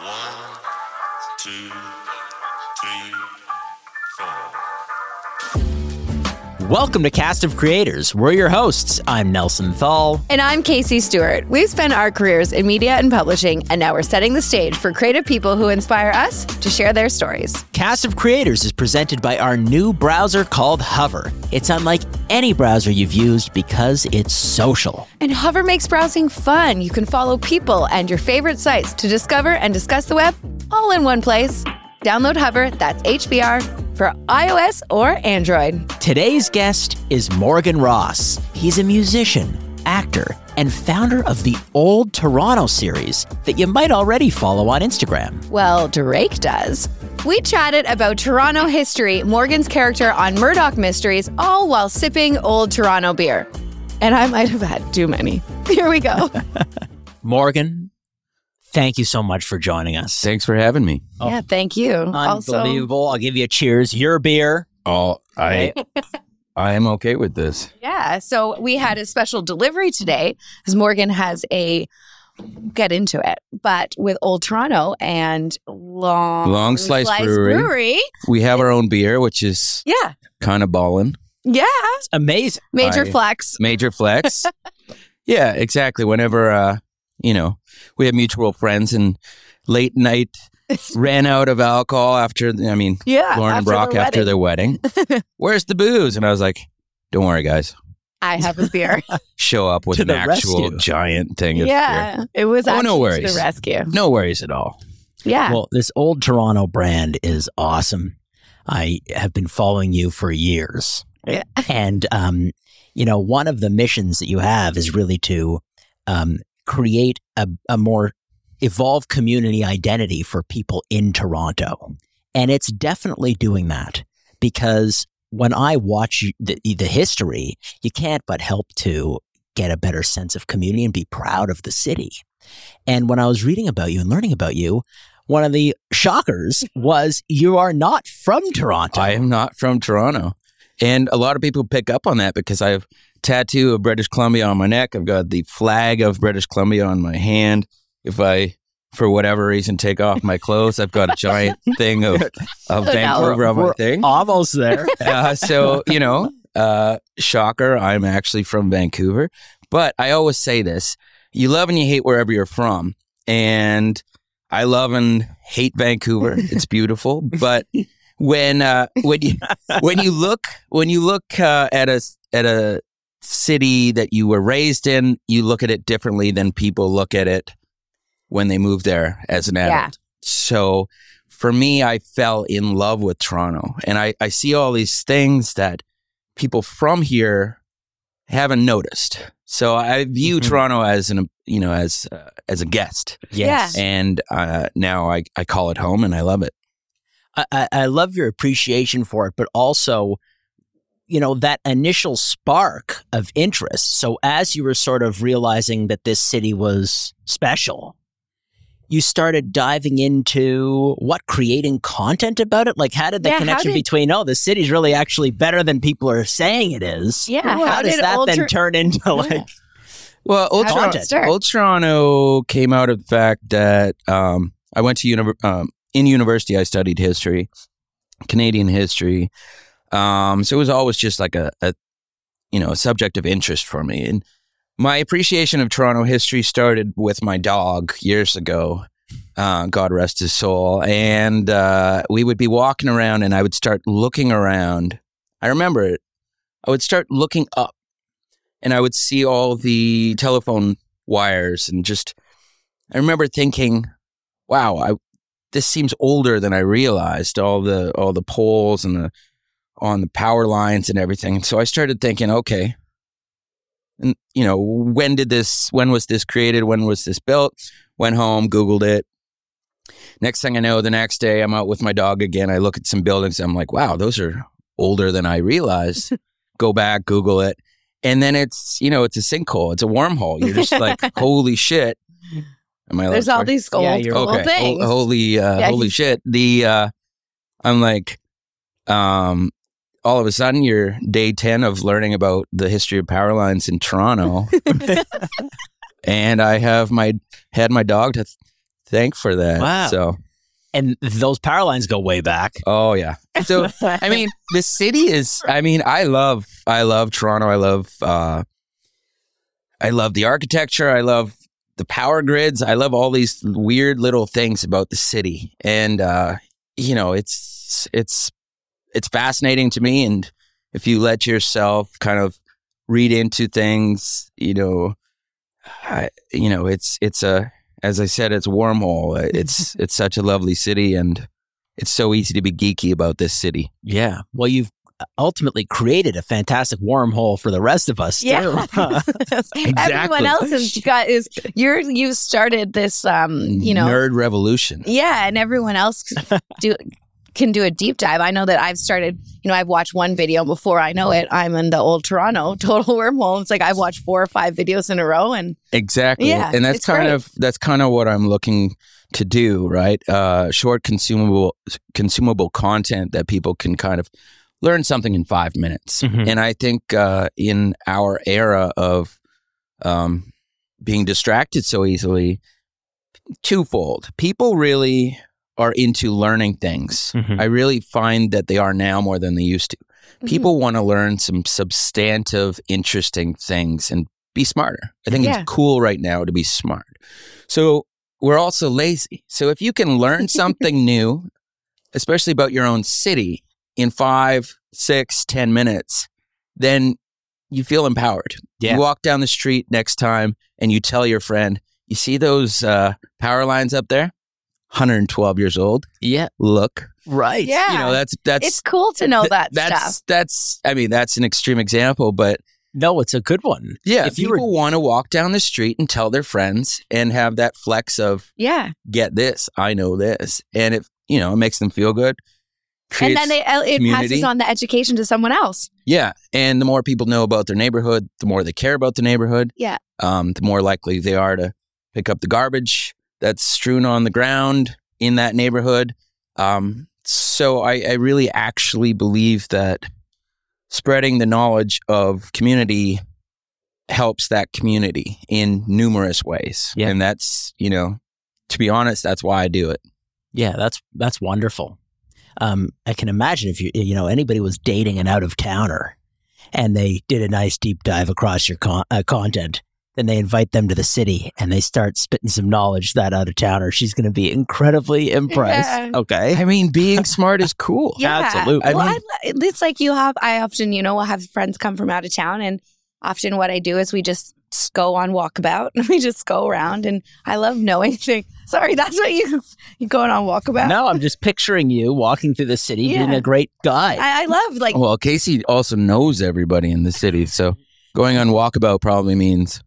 One, two, three, four. Welcome to Cast of Creators. We're your hosts. I'm Nelson Thal. And I'm Casey Stewart. We've spent our careers in media and publishing, and now we're setting the stage for creative people who inspire us to share their stories. Cast of Creators is presented by our new browser called Hover. It's unlike any browser you've used because it's social. And Hover makes browsing fun. You can follow people and your favorite sites to discover and discuss the web all in one place. Download Hover, that's HBR, for iOS or Android. Today's guest is Morgan Ross. He's a musician, actor, and founder of the Old Toronto series that you might already follow on Instagram. Well, Drake does. We chatted about Toronto history, Morgan's character on Murdoch Mysteries, all while sipping old Toronto beer. And I might have had too many. Here we go. Morgan, thank you so much for joining us. Thanks for having me. Yeah, thank you. Also, Unbelievable. I'll give you a cheers. Your beer. Oh, I I am okay with this. yeah. So we had a special delivery today because Morgan has a get into it, but with Old Toronto and Long, Long Slice Brewery. Brewery. We have our own beer, which is Yeah. kind of ballin'. Yeah. It's amazing. Major I- flex. Major flex. yeah, exactly. Whenever uh, you know, we have mutual friends and late night ran out of alcohol after I mean Yeah. Lauren and after Brock the after wedding. their wedding. Where's the booze? And I was like, Don't worry guys. I have a beer. Show up with To an the actual rescue. giant thing of beer. yeah. It was Oh, no actually to worries. the rescue. No worries at all. Yeah. Well, this old Toronto brand is awesome. I have been following you for years. Yeah. And, um, you know, one of the missions that you have is really to um, create a, a more evolved community identity for people in Toronto. And it's definitely doing that because when I watch you- the, the history, you can't but help to get a better sense of community and be proud of the city. And when I was reading about you and learning about you, one of the shockers was you are not from Toronto. I am not from Toronto. And a lot of people pick up on that because I have tattoo of British Columbia on my neck. I've got the flag of British Columbia on my hand. If I, for whatever reason, take off my clothes, I've got a giant thing of, of no. Vancouver on my thing. Uh, almost there. Uh, so, you know, uh, shocker, I'm actually from Vancouver. But I always say this you love and you hate wherever you're from. And I love and hate Vancouver. It's beautiful. But when, uh, when you, when you look when you look uh, at a at a city that you were raised in, you look at it differently than people look at it when they move there as an adult. Yeah. So for me, I fell in love with Toronto, and I I see all these things that people from here haven't noticed. So I view Mhm. Toronto as an you know as uh, as a guest, yes. and uh, now I I call it home, and I love it. I, I, I love your appreciation for it, but also, you know, that initial spark of interest. So as you were sort of realizing that this city was special, you started diving into what creating content about it. Like, how did the Yeah, how connection did- between oh, the city's really actually better than people are saying it is? Yeah, How, how does did that Old then Tor- turn into like Well, Old, How did Toron- it start? Old Toronto came out of the fact that um, I went to uni- um, in university. I studied history, Canadian history. Um, so it was always just like a, a you know a subject of interest for me. And my appreciation of Toronto history started with my dog years ago. Uh, God rest his soul. And uh, we would be walking around, and I would start looking around. I remember it. I would start looking up and I would see all the telephone wires and just I remember thinking, wow, I this seems older than I realized all the all the poles and the on the power lines and everything. So I started thinking, okay, and you know, when did this when was this created? When was this built? Went home, googled it. Next thing I know, the next day I'm out with my dog again. I look at some buildings. I'm like, wow, those are older than I realized. Go back, Google it and then it's you know it's a sinkhole it's a wormhole you're just like holy shit am i allowed There's to all swear? these gold Yeah, you're cool okay things. Ho- holy uh, Yeah, holy he- shit the uh i'm like um all of a sudden you're day 10 of learning about the history of power lines in toronto and i have my had my dog to thanked for that. Wow. So, And those power lines go way back. oh yeah. So I mean, the city is. I mean, I love, I love Toronto. I love, uh, I love the architecture. I love the power grids. I love all these weird little things about the city, and uh, you know, it's it's it's fascinating to me. And if you let yourself kind of read into things, you know, I, you know, it's it's a as I said, it's a wormhole. It's it's such a lovely city, and it's so easy to be geeky about this city. Yeah. Well, you've uh, ultimately created a fantastic wormhole for the rest of us, Yeah. too. Everyone else has got is you're you started this um you know nerd revolution. yeah and everyone else c- do can do a deep dive. I know that I've started you know I've watched one video before I know it I'm in the old Toronto total wormhole. It's like I've watched four or five videos in a row and Exactly. Yeah, and that's it's kind great. of that's kind of what I'm looking to do, right? Uh, short consumable consumable content that people can kind of learn something in five minutes. Mhm. And I think uh, in our era of um, being distracted so easily, twofold. People really are into learning things. Mhm. I really find that they are now more than they used to. People want to learn some substantive, interesting things and be smarter. I think Yeah. it's cool right now to be smart. So we're also lazy. So if you can learn something new, especially about your own city, in five, six, ten minutes, then you feel empowered. Yeah. You walk down the street next time and you tell your friend, you see those uh, power lines up there? 112 years old. yeah. Look. Right. Yeah. You know, that's that's it's cool to know th- that that's, stuff. That's I mean, that's an extreme example, but No, it's a good one. yeah, If if you were- people want to walk down the street and tell their friends and have that flex of Yeah. get this, I know this, and it you know it makes them feel good. And Creates- then it, it passes community. on the education to someone else. yeah, and the more people know about their neighborhood, the more they care about the neighborhood. Yeah. um, the more likely they are to pick up the garbage that's strewn on the ground in that neighborhood. Um, so I, I really actually believe that spreading the knowledge of community helps that community in numerous ways. Yeah. And that's, you know, to be honest, that's why I do it. Yeah, that's that's wonderful. Um, I can imagine if you you know anybody was dating an out of towner, and they did a nice deep dive across your con- uh, content, then they invite them to the city and they start spitting some knowledge that out of towner. She's going to be incredibly impressed. Yeah. Okay, I mean, being smart is cool. Yeah. Absolutely. Well, I I mean- it's like you have, I often, you know, will have friends come from out of town. And often what I do is we just s- go on walkabout and we just go around. And I love knowing things. Sorry, that's what you, you going on walkabout. no, I'm just picturing you walking through the city Yeah. being a great guy. I, I love like, Oh, Well, Casey also knows everybody in the city, so going on walkabout probably means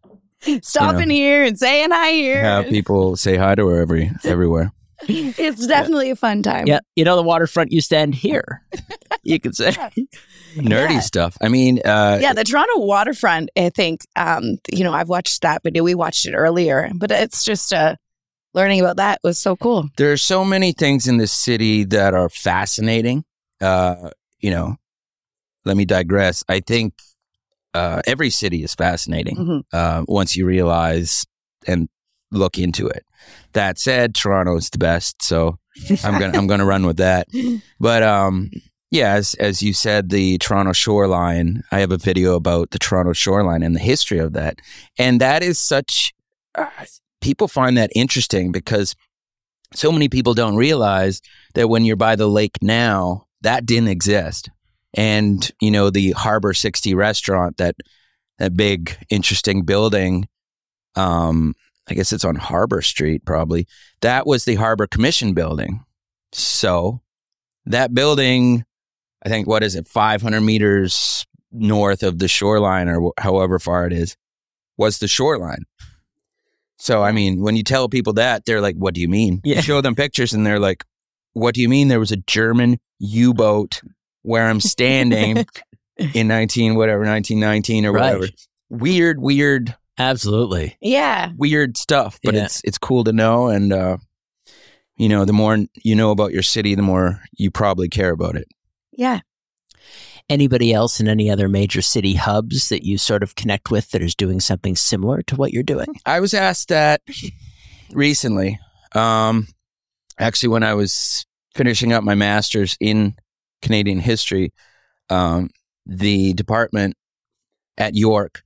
stopping here and saying hi here. have people say hi to her every everywhere. It's definitely a fun time. yeah, you know the waterfront you stand here. you could say Nerdy Yeah. stuff. I mean, uh, yeah, the Toronto waterfront. I think um, you know I've watched that video. We watched it earlier, but it's just uh, learning about that was so cool. there are so many things in this city that are fascinating. Uh, you know, let me digress. I think uh, every city is fascinating Mhm. uh, once you realize and look into it. That said, Toronto is the best, so Mm-hmm. I'm gonna I'm gonna run with that. But um, yeah, as as you said, the Toronto shoreline. I have a video about the Toronto shoreline and the history of that, and that is such. Uh, people find that interesting because so many people don't realize that when you're by the lake now, that didn't exist, and you know the Harbor 60 restaurant that that big interesting building. Um, I guess it's on Harbor Street, probably. That was the Harbor Commission building. So that building, I think, what is it, 500 meters north of the shoreline or wh- however far it is, was the shoreline. So, I mean, when you tell people that, they're like, what do you mean? Yeah. You show them pictures and they're like, what do you mean there was a German U boat where I'm standing in 19, whatever, 1919 or Right. whatever? Weird, weird absolutely. Yeah, weird stuff, but Yeah. it's it's cool to know. And uh, you know, the more you know about your city, the more you probably care about it. yeah. anybody else in any other major city hubs that you sort of connect with that is doing something similar to what you're doing? I was asked that recently. Um, actually, when I was finishing up my master's in Canadian history, um, the department at York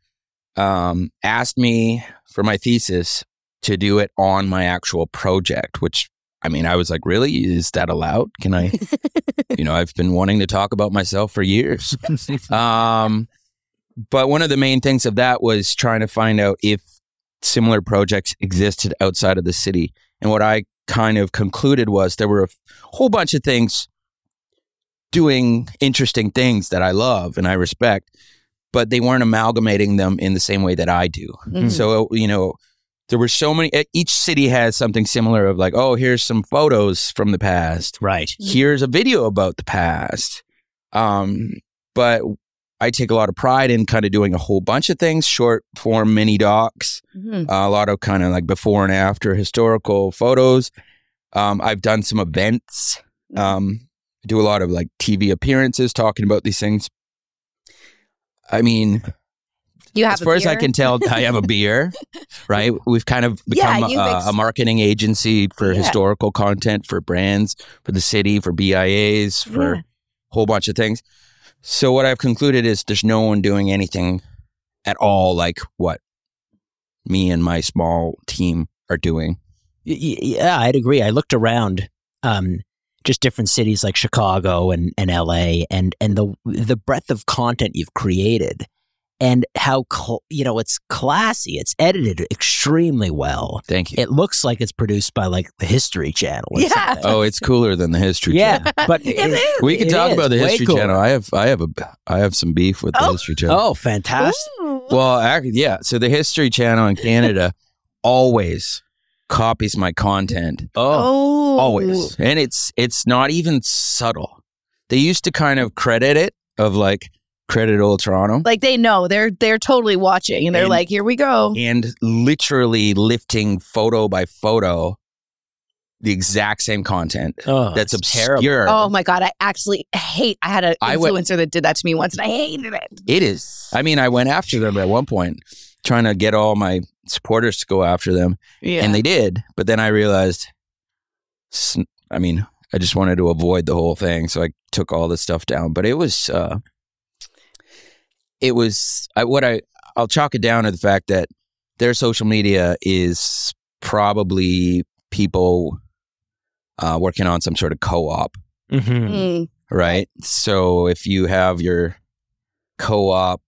um, asked me for my thesis to do it on my actual project, which I mean, I was like, really? Is that allowed? Can I, you know, I've been wanting to talk about myself for years. Um, but one of the main things of that was trying to find out if similar projects existed outside of the city. And what I kind of concluded was there were a f- whole bunch of things doing interesting things that I love and I respect, but they weren't amalgamating them in the same way that I do. Mhm. So, uh, you know, there were so many, e- each city has something similar of like, oh, here's some photos from the past Right. here's a video about the past. Um, but I take a lot of pride in kind of doing a whole bunch of things short form mini docs, uh, Mhm. a lot of kind of like before and after historical photos. Um, I've done some events, um, I do a lot of like TV appearances talking about these things. I mean, You have as far a as I beer? can tell, I have a beer, right? We've kind of Yeah, become you've uh, ex- a marketing agency for Yeah. historical content, for brands, for the city, for BIAs, for Yeah. a whole bunch of things. So, what I've concluded is there's no one doing anything at all like what me and my small team are doing. Y- y- Yeah, I'd agree. I looked around, um, just different cities like Chicago and, and LA, and and the the breadth of content you've created, and how cl- you know it's classy. It's edited extremely well. Thank you. It looks like it's produced by like the History Channel. Or Yeah. something. oh, it's cooler than the History Channel. yeah, but It is. We can it talk is about the way History cool. Channel. I have, I have a, I have some beef with the Oh. History Channel. Oh, fantastic! Ooh. Well, ac- yeah. So the History Channel in Canada always copies my content. oh, Always. And it's it's not even subtle. They used to kind of credit it of like credit old Toronto Like they know they're they're totally watching, and they're And- like, "Here we go." and literally lifting photo by photo the exact same content. Oh, that's it's obscure. Oh my god, I actually hate. I had an I went- influencer that did that to me once, and I hated it. It is. I mean, I went after them at one point, trying to get all my supporters to go after them. Yeah, and they did. But then I realized, sn- I mean, I just wanted to avoid the whole thing, so I took all this stuff down. But it was, uh, it was I, what I I'll chalk it down to the fact that their social media is probably people uh, working on some sort of co-op, Mhm. Mm. right? So if you have your co-op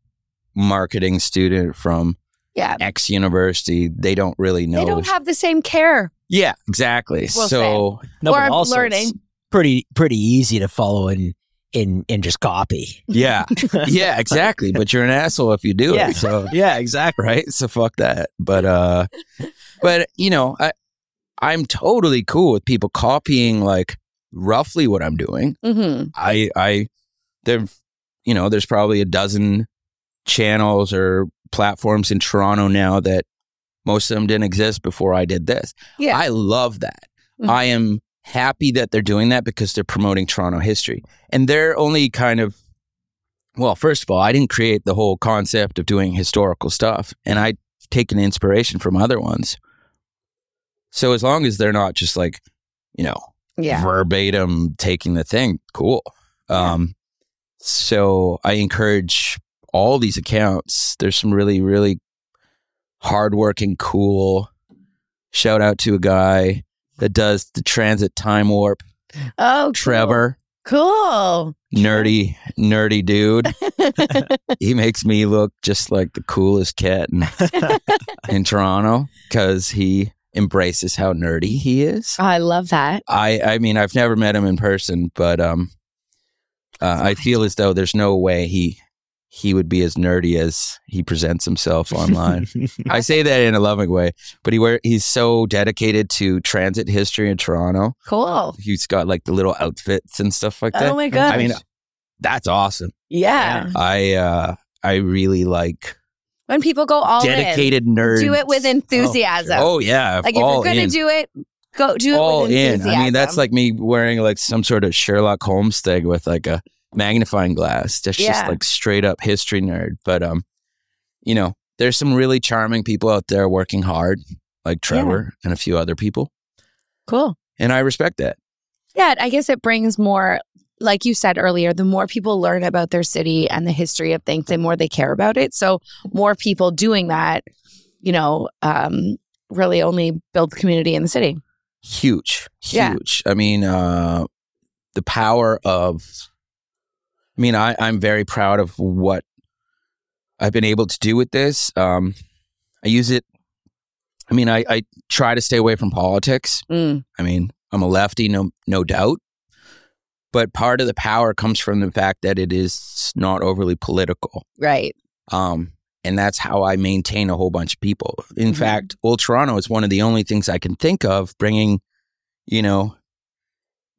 marketing student from yeah. X university, they don't really know. They don't have the same care. Yeah, exactly. Well so No, or but I'm also it's learning. pretty pretty easy to follow in in in just copy. yeah, yeah, exactly. But you're an asshole if you do Yeah. it. So Yeah, exactly. right, so fuck that. But uh, but you know, I I'm totally cool with people copying like roughly what I'm doing. Mm-hmm. I I there, you know, there's probably a dozen channels or platforms in Toronto now that most of them didn't exist before I did this. Yeah. I love that. Mhm. I am happy that they're doing that because they're promoting Toronto history. And they're only kind of, well, first of all, I didn't create the whole concept of doing historical stuff, and I've taken inspiration from other ones. So as long as they're not just like, you know, yeah. verbatim taking the thing, cool. Um, so I encourage all these accounts. There's some really, really hardworking, cool. Shout out to a guy that does the transit time warp, Oh, cool. Trevor. Cool. Nerdy, nerdy dude. he makes me look just like the coolest cat in, in Toronto because he embraces how nerdy he is. I love that. I I mean I've never met him in person, but um, uh, I feel as though there's no way he he would be as nerdy as he presents himself online. I say that in a loving way, but he wear he's so dedicated to transit history in Toronto. Cool. He's got like the little outfits and stuff like that. Oh my gosh. Mm-hmm. I mean, that's awesome. yeah. I uh I really like When people go all dedicated Oh, nerds. in, do it with enthusiasm. Oh yeah, like if all you're gonna in. do it, go do it all with in. enthusiasm. I mean, that's like me wearing like some sort of Sherlock Holmes thing with like a magnifying glass. That's just Yeah. like straight up history nerd. But um, you know, there's some really charming people out there working hard, like Trevor and a few other people. Cool. and I respect that. Yeah, I guess it brings more, like you said earlier, the more people learn about their city and the history of things, the more they care about it. So more people doing that, you know, um, really only builds community in the city. Huge, Yeah. huge. I mean, uh, the power of. I mean, I I'm very proud of what I've been able to do with this. Um, I use it. I mean, I I try to stay away from politics. Mm. I mean, I'm a lefty, no, no doubt. But part of the power comes from the fact that it is not overly political. Right. Um, and that's how I maintain a whole bunch of people. In Mhm. fact, Old Toronto is one of the only things I can think of bringing, you know,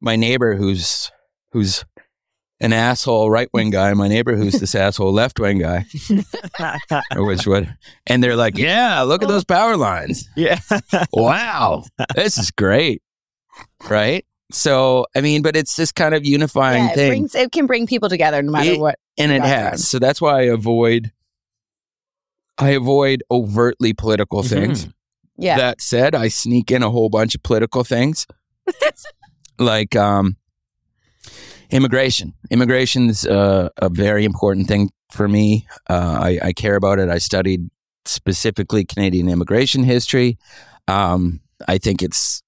my neighbor who's who's an asshole right wing guy, my neighbor who's this asshole left wing guy, or which what? And they're like, yeah, look Oh. at those power lines yeah. wow, this is great. Right? So, I mean, but it's this kind of unifying Yeah, it, thing, brings, it can bring people together no matter It- what. and it background. has. So that's why I avoid I avoid overtly political Mhm. things. Yeah. That said, I sneak in a whole bunch of political things like um immigration. Immigration's uh, a very important thing for me. Uh, I, I care about it. I studied specifically Canadian immigration history. Um, I think it's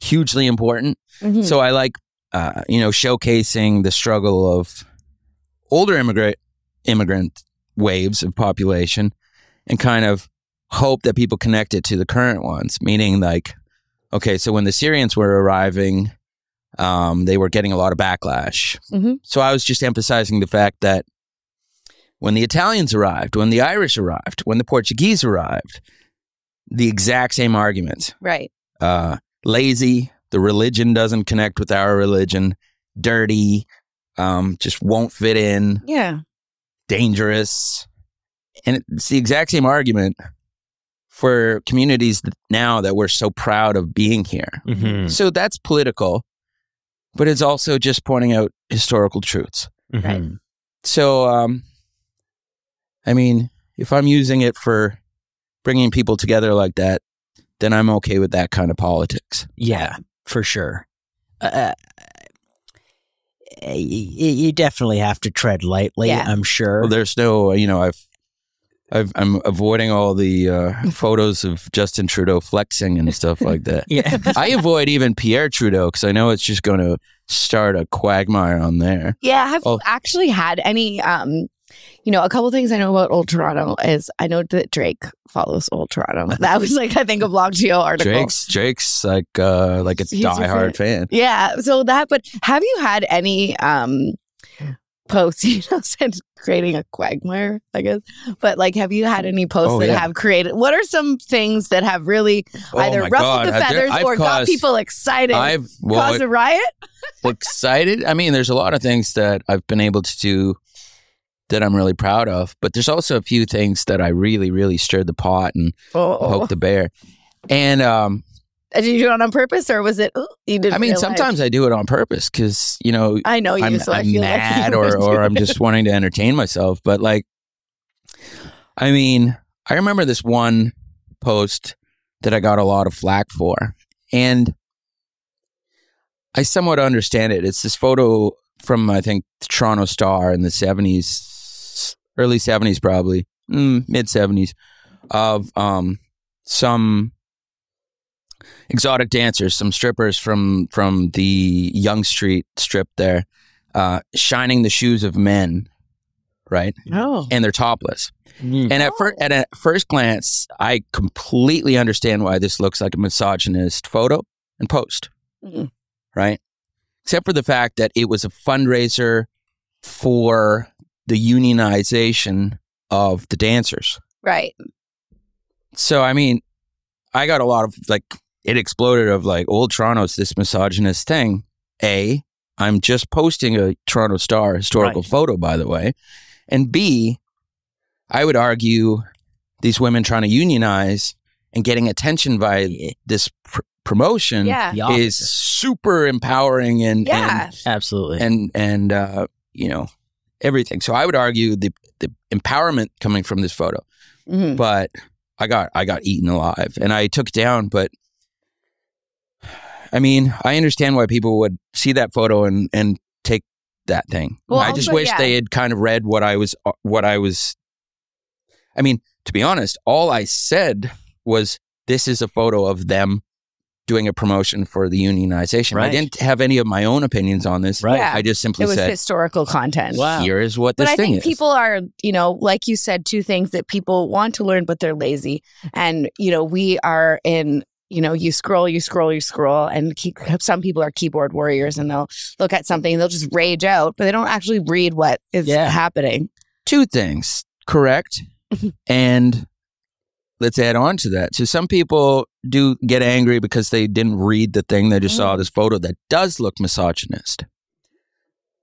hugely important. Mhm. So I like, uh, you know, showcasing the struggle of older immigrant immigrant waves of population, and kind of hope that people connect it to the current ones. Meaning, like, okay, so when the Syrians were arriving, um, they were getting a lot of backlash. Mhm. So I was just emphasizing the fact that when the Italians arrived, when the Irish arrived, when the Portuguese arrived, the exact same arguments right. uh, lazy. The religion doesn't connect with our religion. Dirty, um, just won't fit in. Yeah. Dangerous, and it's the exact same argument for communities that now that we're so proud of being here. Mhm. So that's political, but it's also just pointing out historical truths. Mhm. Right. mm-hmm. So, um, I mean, if I'm using it for bringing people together like that, then I'm okay with that kind of politics. Yeah, for sure. Uh, you, you definitely have to tread lightly, Yeah. I'm sure. Well, there's no, uh, you know, I've, I've I'm avoiding all the uh, photos of Justin Trudeau flexing and stuff like that. yeah. I avoid even Pierre Trudeau because I know it's just going to start a quagmire on there. Yeah, have Oh. you actually had any um you know, a couple things I know about Old Toronto is I know that Drake follows Old Toronto. That was like I think a blog geo article. Drake's Drake's like uh, like a He's your diehard fan. Yeah, so that but have you had any um posts, you know, since creating a quagmire, I guess. But like have you had any posts Oh, that yeah. have created what are some things that have really Oh either my ruffled God, the I- there- feathers I've or got caused- people excited? I've well, caused a riot? excited. I mean, there's a lot of things that I've been able to do that I'm really proud of, but there's also a few things that I really, really stirred the pot and Oh, poked the bear. And um, did you do it on purpose or was it oh, you didn't I mean, realize? sometimes I do it on purpose because you know I know you, I'm, so i I'm feel like you mad would or do or it. I'm just wanting to entertain myself. But like, I mean, I remember this one post that I got a lot of flack for, and I somewhat understand it. It's this photo from I think the Toronto Star in the '70s, early '70s, probably mm, mid '70s, of um some exotic dancers, some strippers from from the Young Street strip there, uh, shining the shoes of men, right? Mm-hmm. No. And they're topless. Mm. And at, fir- Oh. at a first glance, I completely understand why this looks like a misogynist photo and post, Mm. right? Except for the fact that it was a fundraiser for the unionization of the dancers. Right. So I mean, I got a lot of like it exploded of like old Toronto's this misogynist thing. A, I'm just posting a Toronto Star historical Right. photo, by the way, and B, I would argue these women trying to unionize and getting attention by this pr- promotion Yeah. The is opposite. super empowering and and Yeah. absolutely. and and uh, you know everything. So I would argue the the empowerment coming from this photo Mhm. but I got I got eaten alive and I took it down. But I mean, I understand why people would see that photo and and take that thing. Well, I just also, wish yeah. they had kind of read what I was uh, what I was. I mean, to be honest, all I said was this is a photo of them doing a promotion for the unionization. I Right. didn't have any of my own opinions on this. Right. Yeah. I just It simply was said, historical content. Wow. here is what this But I thing think is. people are, you know, like you said, two things that people want to learn, but they're lazy. And, you know, we are in, you know, you scroll, you scroll, you scroll. And keep, some people are keyboard warriors and they'll look at something and they'll just rage out, but they don't actually read what is Yeah. happening. two things correct and let's add on to that so some people do get angry because they didn't read the thing they just saw Mm. this photo that does look misogynist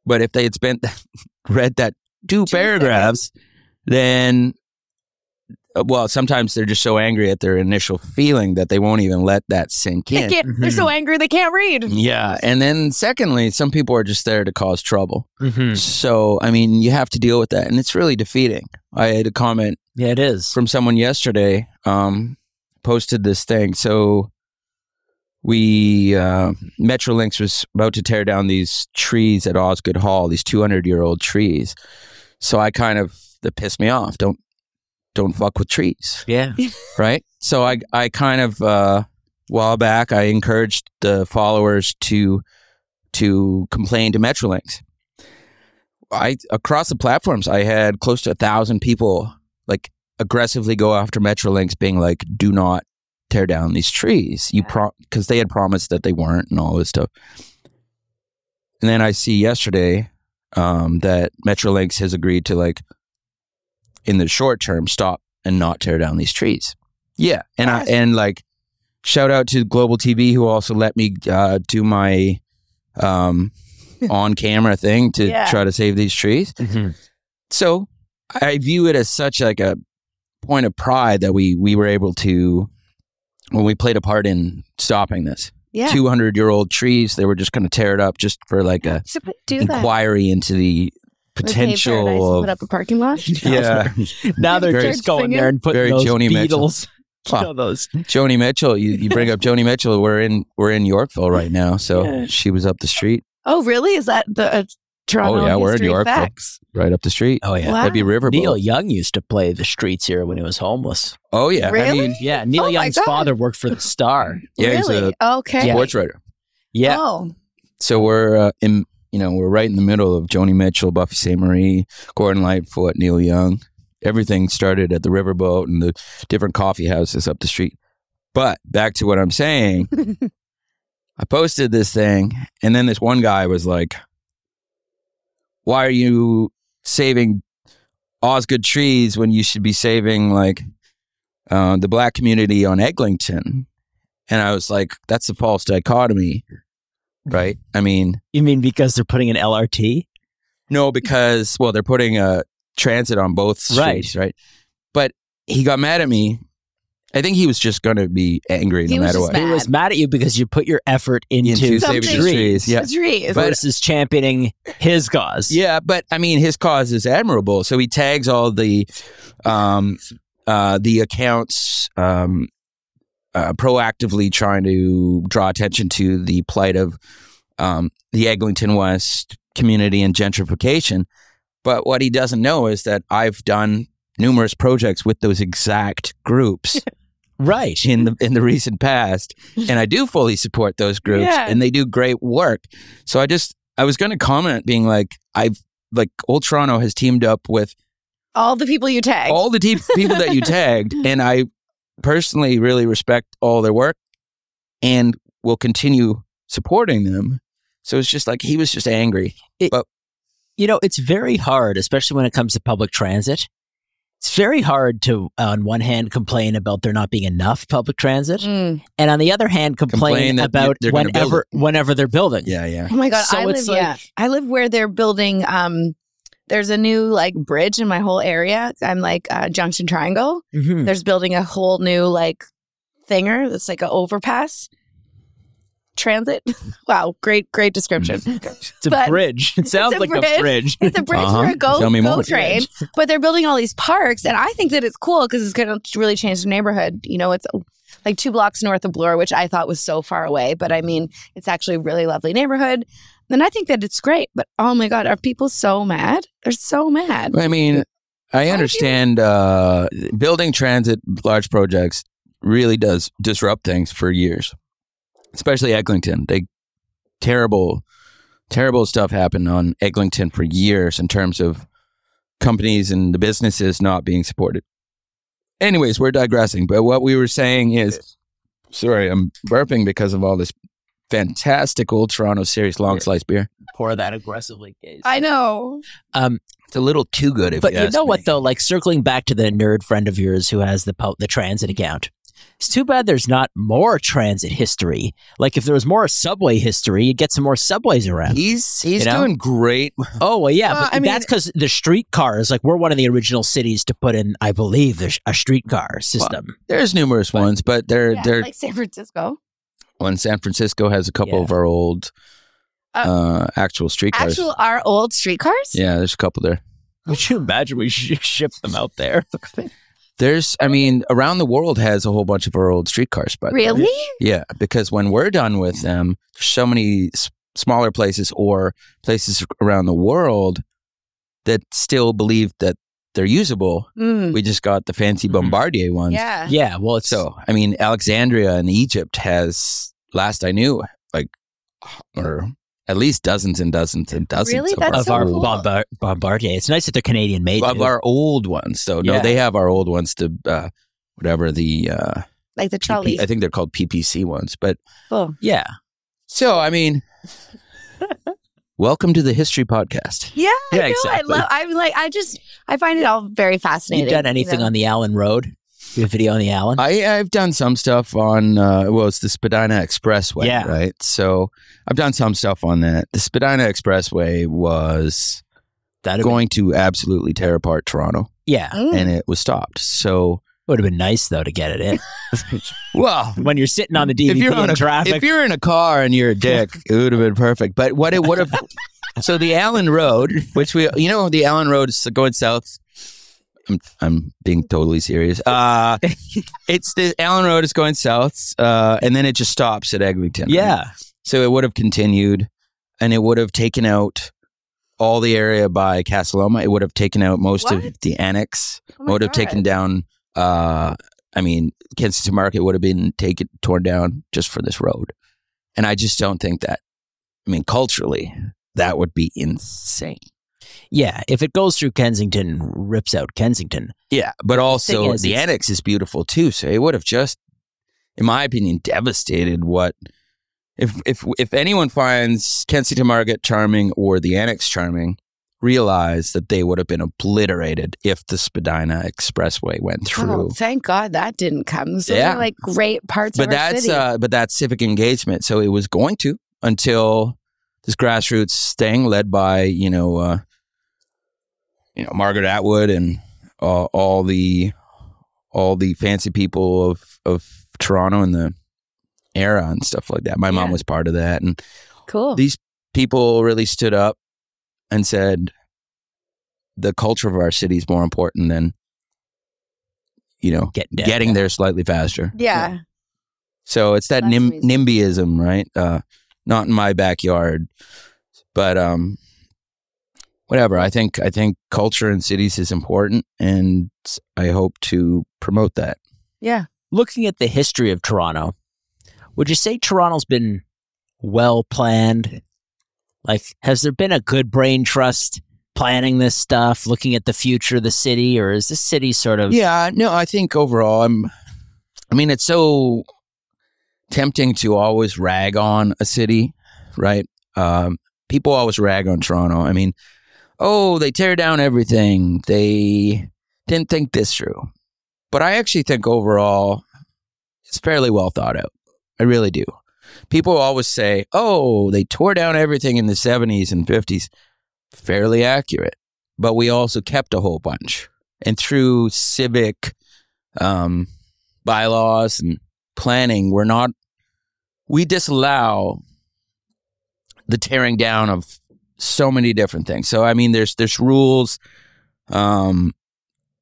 but if they had spent read that two, paragraphs then uh, well sometimes they're just so angry at their initial feeling that they won't even let that sink They in can't, They're so Mm-hmm. angry they can't read. yeah and then secondly some people are just there to cause trouble Mm-hmm. so, I mean, you have to deal with that. And it's really defeating. I had a comment Yeah, it is. from someone yesterday, um, posted this thing. So, we, uh, Metrolinx was about to tear down these trees at Osgood Hall, these 200 year old trees. So, I kind of, that pissed me off. Don't, don't fuck with trees yeah. right? So I I kind of uh, while back I encouraged the followers to to complain to Metrolinx. I across the platforms I had close to a thousand people like aggressively go after Metrolinx, being like, "Do not tear down these trees," you pro because they had promised that they weren't and all this stuff. And then I see yesterday um, that Metrolinx has agreed to like in the short term stop and not tear down these trees. Yeah, and I Yes. and like shout out to Global TV who also let me uh, do my um, on camera thing to Yeah. try to save these trees. So I view it as such like a point of pride that we we were able to when we played a part in stopping this Yeah. 200 year old trees they were just going to tear it up just for like a So put- do that. inquiry into the They paved paradise and potential Put up of a parking lot. yeah Now they're Very- just going singing. there and putting Very those Joni Mitchell. Beatles. You Wow. know those. Joni Mitchell you, you bring up Joni Mitchell we're in we're in Yorkville right now so Yeah. she was up the street Oh, really? Is that the uh, Toronto? Oh, yeah, we're in history Yorkville. facts? right up the street Oh yeah. Wow. that'd be Riverboat Neil Young used to play the streets here when he was homeless. oh yeah I Really? mean Yeah, Neil Oh, my Young's God. father worked for the Star. yeah he's really? a okay. sports writer Yeah, Oh, so we're uh, in you know we're right in the middle of Joni Mitchell Buffy St. Marie Gordon Lightfoot Neil Young everything started at the Riverboat and the different coffee houses up the street but back to what I'm saying I posted this thing, and then this one guy was like, "Why are you saving Osgood trees when you should be saving like uh, the black community on Eglinton?" And I was like, "That's a false dichotomy, right? I mean, you mean because they're putting an LRT? no, because well, they're putting a transit on both streets, right? But he got mad at me. I think he was just going to be angry He no was matter just what. mad. He was mad at you because you put your effort into, Into saving trees, the trees, yeah. the trees. But- versus championing his cause. Yeah, but I mean, his cause is admirable. So he tags all the, um, uh, the accounts, um, uh, proactively trying to draw attention to the plight of, um, the Eglinton West community and gentrification. But what he doesn't know is that I've done numerous projects with those exact groups right. in the in the recent past, and I do fully support those groups, Yeah. and they do great work. So I just I was going to comment, being like, I've like Old Toronto has teamed up with all the people you tag. all the te- people that you tagged, and I personally really respect all their work, and will continue supporting them. So it's just like he was just angry. you know, it's very hard, especially when it comes to public transit. It's very hard to, on one hand, complain about there not being enough public transit, Mm. and on the other hand, complain, Complain that about they're gonna build whenever whenever they're building. Yeah, yeah. Oh my god, So I live it's yeah. like- I live where they're building um there's a new like bridge in my whole area. I'm like uh, Junction Triangle. Mhm. Hmm. There's building a whole new like thinger that's like an overpass. transit. wow, great, great description. It's a But- bridge. It sounds a like bridge. a bridge. it's a bridge Uh-huh. for a go, Tell me go more. train, but they're building all these parks, and I think that it's cool because it's going to really change the neighborhood. You know, it's uh, like two blocks north of Bloor, which I thought was so far away, but I mean, it's actually a really lovely neighborhood. And I think that it's great, but oh my god, are people so mad? They're so mad. I mean, I Oh, you- understand uh, building transit large projects really does disrupt things for years, especially Eglinton. They terrible, terrible stuff happened on Eglinton for years in terms of companies and the businesses not being supported. Anyways, we're digressing, but what we were saying is, sorry, I'm burping because of all this fantastic old Toronto series long slice beer. Pour that aggressively, Case. I know. Um, It's a little too good, if but you, you ask know me. what though? Like circling back to the nerd friend of yours who has the po- the transit account. It's too bad there's not more transit history. Like if there was more subway history, you'd get some more subways around. He's he's You know? doing great Oh well, yeah, Well, but I mean- that's because the streetcars. Like we're one of the original cities to put in, I believe, there's a streetcar system. There's numerous But- ones, but they're Yeah, they're like San Francisco. well, and San Francisco has a couple Yeah. of our old uh, actual streetcars. Actual our old streetcars. yeah, there's a couple there. Would you imagine we sh- shipped them out there? There's, I mean, around the world has a whole bunch of our old streetcars. But Really? yeah, because when we're done with them, there's so many s- smaller places or places around the world that still believe that they're usable. Mm. We just got the fancy Mhm. Bombardier ones. Yeah. yeah, well, it's So, I mean, Alexandria in Egypt has, last I knew, like, or at least dozens and dozens and dozens Really? of, That's our, of so our cool. bombar- bombardier. It's nice that they're Canadian made. of too. our old ones. So, no, Yeah. they have our old ones to uh, whatever the, uh, Like the PP trolley. I think they're called PPC ones. But Boom. yeah, so, I mean, welcome to the History Podcast. Yeah, Yeah, I know. exactly. I love. I'm like. I just. I find it all very fascinating. you done anything on the Allen Road? You have a video on the Allen? I, I've done some stuff on, uh, well, it's the Spadina Expressway, Yeah. right? So, I've done some stuff on that. The Spadina Expressway was. That would going to absolutely tear apart Toronto, yeah, on? and it was stopped. So, would have been nice though to get it in well, when you're sitting on the DVP if you're in on a traffic. if you're in a car and you're a dick, it would have been perfect. But what it would have, so the Allen Road, which we, you know, the Allen Road is going south. I'm, I'm being totally serious. Uh, it's the Allen Road is going south, uh, and then it just stops at Eglinton. right? yeah, So it would have continued and it would have taken out all the area by Casaloma. It would have taken out most of What? the annex. Oh It my would have God. taken down, uh, I mean, Kensington Market would have been taken, torn down just for this road. And I just don't think that, I mean, culturally, that would be insane. yeah. If it goes through Kensington, rips out Kensington. Yeah. But also, is, the it's- annex is beautiful too. So it would have just, in my opinion, devastated what. If, if, if anyone finds Kensington Market charming or the annex charming, realize that they would have been obliterated if the Spadina Expressway went through. Oh, thank God that didn't come. So Yeah. yeah. like great parts but of our that's city. uh, but that's civic engagement. So it was going to until this grassroots thing led by you know uh, you know Margaret Atwood and uh, all the all the fancy people of of Toronto and the era and stuff like that. My mom Yeah. was part of that, and cool. these people really stood up and said the culture of our city is more important than you know Getting down. getting there slightly faster. yeah. So it's that That's nim- amazing. NIMBYism, right? Uh, not in my backyard, but um, whatever. I think I think culture in cities is important, and I hope to promote that. looking at the history of Toronto, would you say Toronto's been well planned? Like, has there been a good brain trust planning this stuff, looking at the future of the city, or is this city sort of Yeah, no, I think overall, I'm. I mean, it's so tempting to always rag on a city, right? Um, people always rag on Toronto. I mean, oh, they tear down everything. They didn't think this through, but I actually think overall, it's fairly well thought out. I really do. People always say, "Oh, they tore down everything in the '70s and '50s." Fairly accurate, but we also kept a whole bunch and through civic um, bylaws and planning, we're not we disallow the tearing down of so many different things. So I mean, there's there's rules um,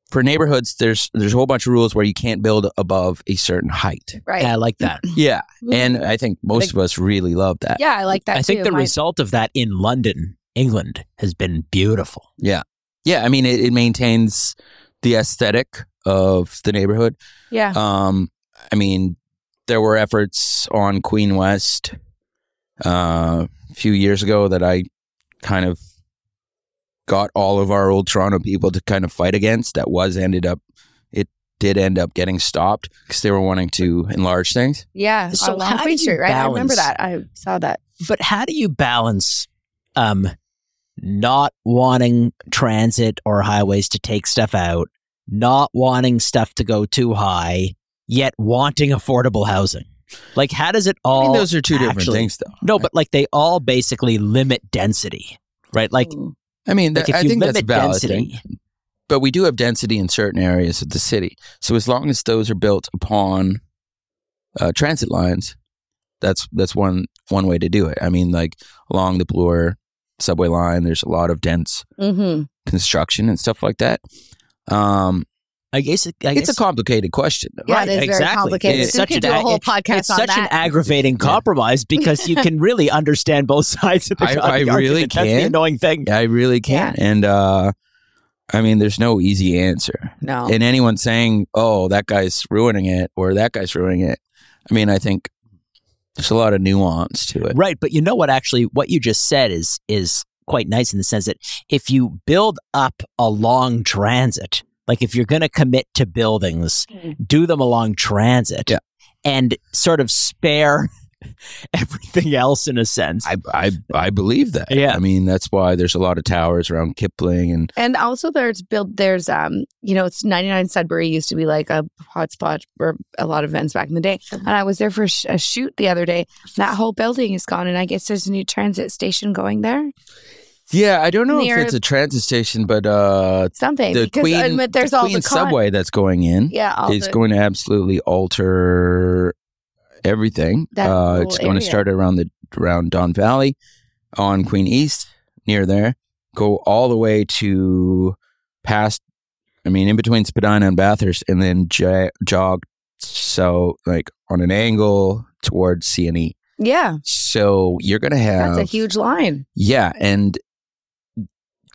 for neighborhoods. There's there's a whole bunch of rules where you can't build above a certain height. Right. Mm-hmm. Yeah, I like that. Yeah, and I think most of us really love that. yeah, I like that uh, I too. think the My- result of that in London, England, has been beautiful. Yeah, I mean, it, it maintains the aesthetic of the neighborhood. yeah. Um, I mean, there were efforts on Queen West uh, a few years ago that I kind of got all of our old Toronto people to kind of fight against. That was ended up, it did end up getting stopped because they were wanting to enlarge things. yeah. So on Long how Queen do you Street, right? I balance- remember that. I saw that. But how do you balance um, not wanting transit or highways to take stuff out, not wanting stuff to go too high, yet wanting affordable housing? Like, how does it all? I mean, those are two different actually- things, though. no, but like they all basically limit density, right? Like, Mm. I mean, like that, if I you think limit that's a valid. density, thing. but we do have density in certain areas of the city. So as long as those are built upon uh, transit lines, that's that's one one way to do it. I mean, like along the Bloor subway line, there's a lot of dense Mm-hmm. construction and stuff like that. Um, I guess it- I it's a guess- complicated question. Though. Yeah, Right, it is exactly. very complicated. It's we such could an do a ag- whole podcast it's on such an that. aggravating Yeah. compromise because you can really understand both sides of the, I- of the I really argument. That's the can. annoying thing. I really can't. And uh, I mean, there's no easy answer. no. and anyone saying, "Oh, that guy's ruining it" or "that guy's ruining it," I mean, I think there's a lot of nuance to it. Right, but you know what? Actually, what you just said is is quite nice in the sense that if you build up along transit, like if you're going to commit to buildings, Mhm. do them along transit, Yeah. and sort of spare everything else in a sense. I, I I believe that. Yeah. I mean, that's why there's a lot of towers around Kipling, and And also, there's build. There's um, you know, it's 99 Sudbury used to be like a hotspot for a lot of events back in the day. And I was there for sh- a shoot the other day. That whole building is gone, and I guess there's a new transit station going there. yeah, I don't know Near- if it's a transit station, but uh, Something the because Queen, and, but there's the all Queen the con- subway that's going in Yeah, all is the- going to absolutely alter everything. That uh, whole it's going area. to start around the around Don Valley, on Queen East, near there, go all the way to past. I mean, in between Spadina and Bathurst, and then j- jog so like on an angle towards CNE. yeah. So you're going to have That's a huge line. yeah, and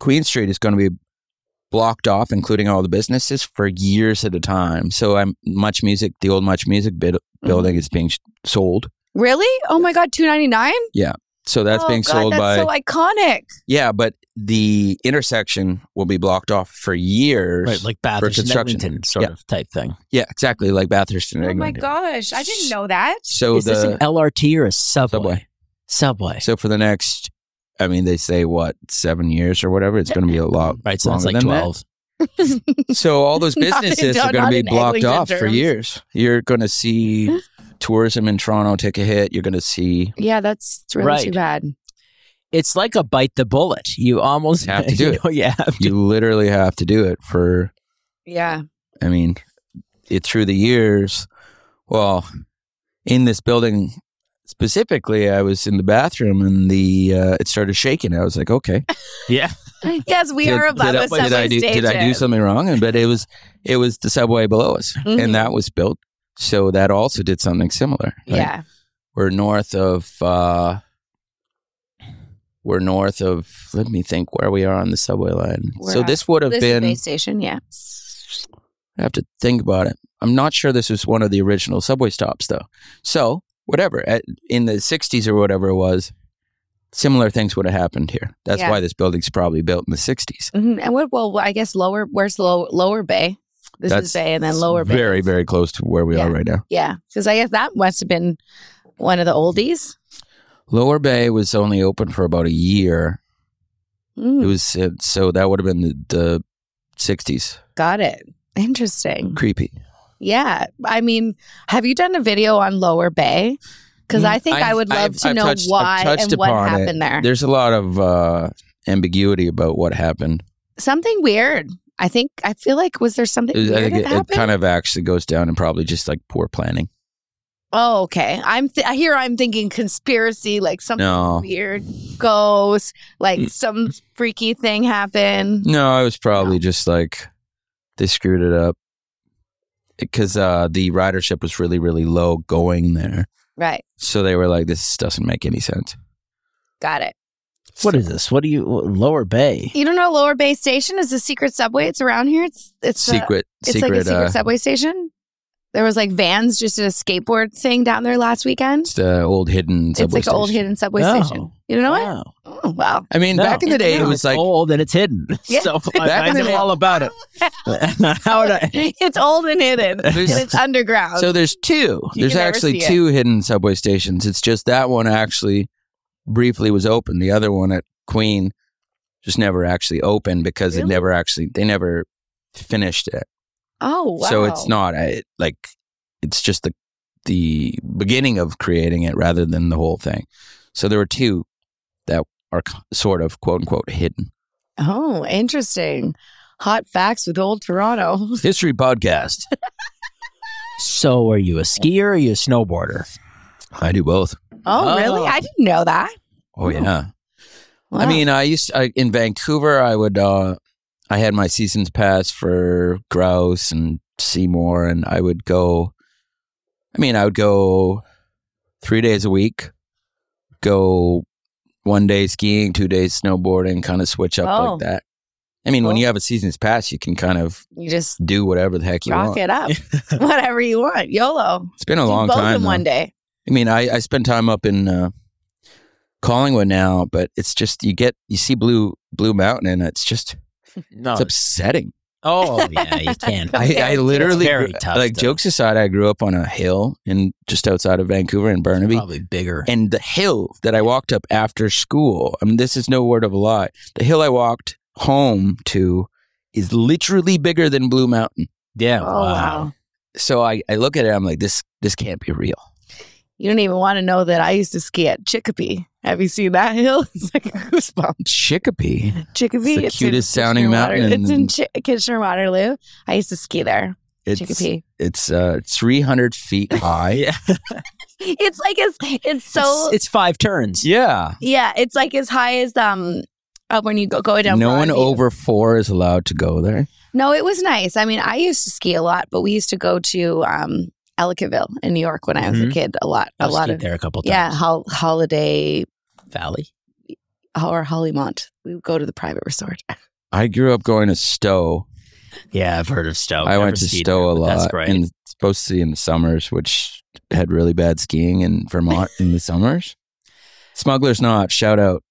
Queen Street is going to be blocked off, including all the businesses, for years at a time. So, I'm Much Music, the old Much Music bid- Mm-hmm. building is being sh- sold. Really? Oh my God, two ninety nine. So that's being sold Oh, that's by so iconic. yeah, but the intersection will be blocked off for years. Right, like Bathurst and construction. Eglinton sort Yeah. of type thing. yeah, exactly, like Bathurst and Oh my Eglinton. gosh, I didn't know that. So is this the an LRT or a subway? Subway. Subway. so for the next, I mean, they say what seven years or whatever. It's going to be a lot. Right, so that's longer like than that. twelve. So all those Not in- businesses not- are going not to be in blocked Eglinton off for terms. years. You're going to see tourism in Toronto take a hit. You're going to see Yeah, that's it's really Right. too bad. It's like a bite the bullet. You almost Have to do you it. know, you have to. you literally have to do it for. Yeah, I mean, it through the years. Well, in this building specifically, I was in the bathroom and the uh, it started shaking. I was like, okay, Yeah, yes, we did- are above did, I- a subway did I do, station. did I do something wrong? And but it was it was the subway below us, Mhm. and that was built. So that also did something similar. right? Yeah, we're north of uh we're north of let me think where we are on the subway line We're so at- this would have this been subway station. Yeah. i have to think about it i'm not sure this was one of the original subway stops though so whatever at, in the 60s or whatever it was similar things would have happened here that's Yeah. why this building's probably built in the 60s hmm And what? Well, I guess lower. Where's low, lower bay? This That's is bay, and then lower bay. very very close to where we are Yeah. right now Yeah, because I guess that must have been one of the oldies. lower bay was only open for about a year it Mm, was uh, so that would have been the, the 60s got it. Interesting. creepy Yeah, I mean, have you done a video on Lower Bay? Because I think I, Mm, I've- would love I've- to I've know touched- I've why touched and what upon it. happened there. There's a lot of uh, ambiguity about what happened. Something weird. I think I feel like was there something It was- I weird think that it, it happened? kind of actually goes down and probably just like poor planning. Oh, okay. I'm th- here. I'm thinking conspiracy, like something No. Mm. weird, ghost, like some freaky thing happened. No, it was probably just like they screwed it up because uh, the ridership was really, really low going there. Right. So they were like, this doesn't make any sense. Got it. What is this? What do you Lower Bay? You don't know Lower Bay Station is a secret subway. It's around here. It's it's a- secret, it's secret, like a secret uh, subway station. There was like vans just did a skateboard thing down there last weekend. it's the old hidden it's subway like an old station. hidden subway No. station. You don't know it? Wow. Oh, wow. I mean, No. back in the day, No, it was it's like old and it's hidden. Yeah. So I, Back I in the know day- all about it. How would I? it's old and hidden. And There's- it's underground. so. There's two. You There's can never actually see it. two hidden subway stations. It's just that one actually briefly was open. The other one at Queen just never actually opened because it Really? never actually they never finished it. oh, wow. So it's not I, like it's just the the beginning of creating it rather than the whole thing. So there were two that are c- sort of quote unquote hidden. Oh, interesting. Hot facts with old Toronto. History podcast. So are you a skier or are you a snowboarder? I do both. Oh, Oh. really? I didn't know that. Oh yeah. Wow. I mean, I used I, in Vancouver. I would uh, I had my seasons pass for grouse and Seymour, and I would go. I mean, I would go three days a week. Go one day skiing, two days snowboarding, kind of switch up Oh. like that. I mean, when Cool. you have a season's pass, you can kind of you just do whatever the heck you rock want. it up. Whatever you want. YOLO. It's been a Do long both time. in though. one day. I mean, I, I spend time up in uh, Collingwood now, but it's just you get you see blue Blue Mountain, and it's just No. It's upsetting. Oh yeah, you can. I, I literally, It's very grew- tough like to- jokes aside, I grew up on a hill in just outside of Vancouver in Burnaby. Probably bigger. And the hill that I walked up after school, I mean, this is no word of a lie. The hill I walked home to is literally bigger than Blue Mountain. yeah. Oh, wow. So I, I look at it, I'm like, this this can't be real. You don't even want to know that I used to ski at Chicopee. Have you seen that hill? It's like a goosebump. Chicopee. Chickapee. It's the cutest in sounding Kitchener-Water- mountain It's in- in Ch- Kitchener Waterloo. I used to ski there. It's Chickapee. it's uh, 300 feet high. Yeah. It's like it's it's so it's, it's five turns. yeah. yeah. It's like as high as um uh, when you go go down. no one Broadview. over four is allowed to go there. No, it was nice. I mean, I used to ski a lot, but we used to go to um Ellicottville in New York when I was a Mhm. kid. A lot, a I've lot skied of there a couple times. yeah. Hol- holiday Valley. or Hollymont. We would go to the private resort. I grew up going to Stowe. Yeah, I've heard of Stowe. I Never went to skied Stowe a there, but lot, That's great. and it's supposed to be in the summers, which had really bad skiing in Vermont in the summers. Smuggler's Notch, shout out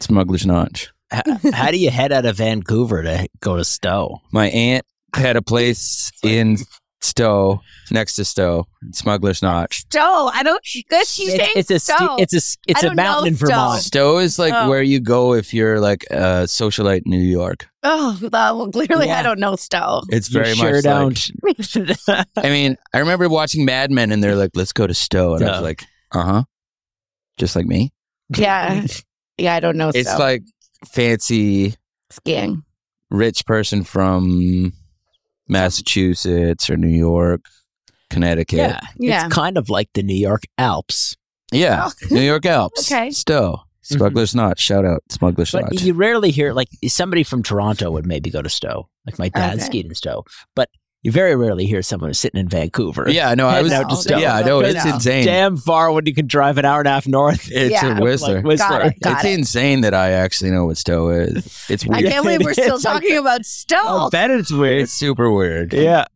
Smuggler's Notch. H- how do you head out of Vancouver to go to Stowe? My aunt had a place in Stowe, next to Stowe, Smuggler's Notch. Stowe. I don't. Good. She's saying it's, a ski- Stowe. it's a s- it's I a don't know mountain in Stowe. Vermont. Stowe is like Oh. where you go if you're like a socialite in New York. oh, well, clearly Yeah. I don't know Stowe. It's You very sure much like- don't. I mean, I remember watching Mad Men and they're like, let's go to Stowe. And I was Yeah. like, uh huh. Just like me. Yeah. Yeah, I don't know. It's Stowe. like fancy skiing. rich person from Massachusetts or New York, Connecticut. yeah, Yeah. it's kind of like the New York Alps, Yeah, New York Alps. Okay. Stowe. Smuggler's Notch. Shout out Smuggler's Mm-hmm. but Notch. you rarely hear like somebody from Toronto would maybe go to Stowe. Like my dad Okay. skied in Stowe, but you very rarely hear someone who's sitting in Vancouver. yeah, no, I Head was. out to Stowe. yeah, I know. Good It's now. insane. damn far when you can drive an hour and a half north. It's Yeah. a whistler. Like Whistler. Got it. it's insane that I actually know what Stowe is. It's I weird. can't believe we're still It's like talking about I'll Stowe. bet it's Oh, weird. It's super weird. Yeah,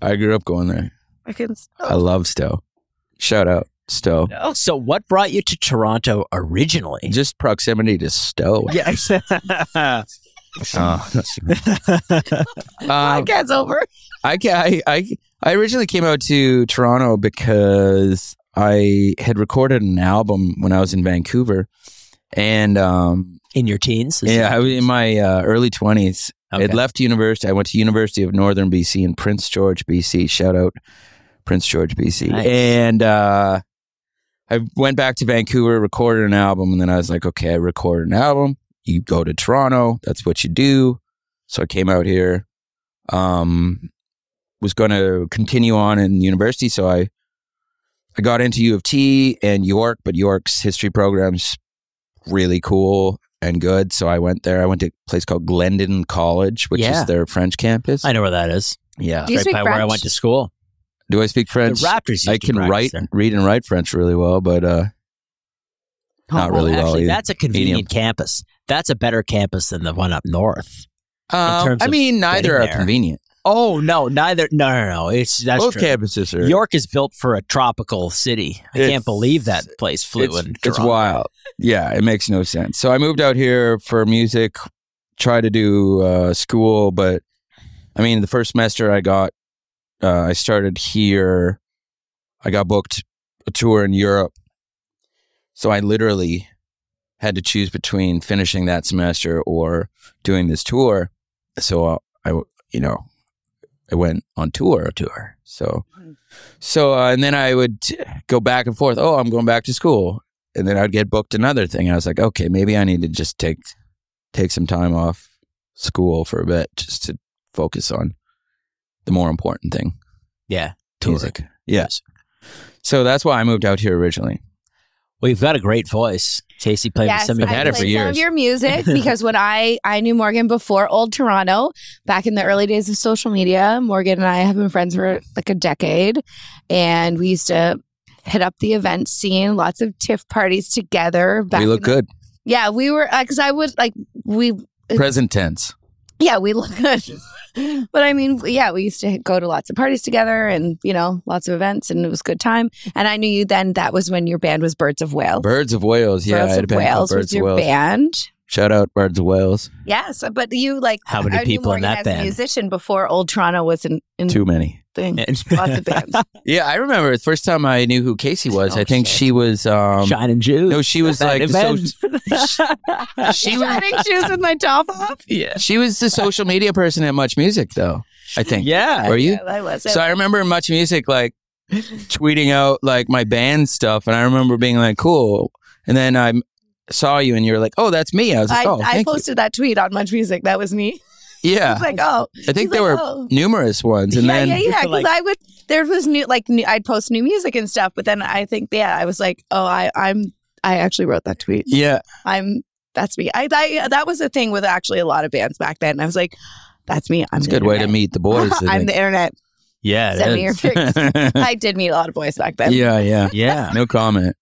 I grew up going there. Fucking I Stowe. love Stowe. Shout out Stowe. No. So, what brought you to Toronto originally? Just proximity to Stowe. Yes. Uh, um, Podcast's over. I, ca- I I I originally came out to Toronto because I had recorded an album when I was in Vancouver, and um, in your teens? Is yeah, it- I was in my uh, early twenties. I had Okay. left university. I went to University of Northern BC in Prince George, BC. Shout out Prince George, BC. Nice. And uh, I went back to Vancouver, recorded an album, and then I was like, okay, I recorded an album. You go to Toronto. That's what you do. So I came out here. Um, was going to continue on in university, so I I got into U of T and York, but York's history program's really cool and good. So I went there. I went to a place called Glendon College, which Yeah. is their French campus. I know where that is. yeah. Do you right speak by where I French? went to school. Do I speak French? the Raptors. Used I to can practice write, there. read and write French really well, but uh, Oh. not really well Actually, either. that's a convenient campus. That's a better campus than the one up north. um, terms I of mean, getting neither are there. convenient. Oh no, neither. No, no, no. It's that's Both true. campuses are. York is built for a tropical city. I It's- can't believe that place flew it's, in. it's Toronto. wild. Yeah, it makes no sense. So I moved out here for music, try to do uh, school, but I mean, the first semester I got, uh, I started here. I got booked a tour in Europe, so I literally had to choose between finishing that semester or doing this tour. So uh, I, w- you know, I went on tour. Tour. So, Mm-hmm. so uh, and then I would go back and forth. Oh, I'm going back to school, and then I'd get booked another thing. I was like, okay, maybe I need to just take take some time off school for a bit just to focus on the more important thing, Yeah, music. Yes. So that's why I moved out here originally. Well, you've got a great voice. Casey played yes, with some of I had it for played Some years. of your music because when I I knew Morgan before Old Toronto, back in the early days of social media, Morgan and I have been friends for like a decade, and we used to hit up the event scene, lots of TIFF parties together. Back we look in the- good. Yeah, we were because I would like we It's- Present tense. yeah we look good, but I mean yeah we used to go to lots of parties together and you know lots of events and it was a good time. And I knew you then. That was when your band was Birds of Wales. Birds of Wales. Yeah, I Oh, Birds had a of band called Wales Birds was your of Wales. band. Mm-hmm. Shout out Birds of Wales. Yes, but you like How many I knew people in Morgan that as band? A musician before Old Toronto was in, in Too many. thing. Lots Lots of bands. Yeah, I remember the first time I knew who Casey was. Oh, I think shit. she was. um Shining Jew. No, she was like the so, she was Shining shoes with my top off. yeah. she was the social media person at Much Music though. I think. Yeah. Were you? Yeah, I was. So I remember Much Music like tweeting out like my band stuff, and I remember being like, "Cool." And then I m- saw you, and you were like, "Oh, that's me." I was I, like, "Oh, I thank posted that tweet on Much Music. That was me. you." It's Yeah, like, oh, I think He's there like, were oh. numerous ones, and yeah, then yeah, yeah. Because Like- I would, there was new, like, new, I'd post new music and stuff. But then I think, yeah, I was like, oh, I, I'm, I actually wrote that tweet. yeah, I'm, that's me. I, I, that was a thing with actually a lot of bands back then. I was like, that's me. I'm it's a the good way to internet. meet the boys. I I'm think. the internet. Yeah. it Send me your is. pics. I did meet a lot of boys back then. yeah, yeah. yeah. No comment.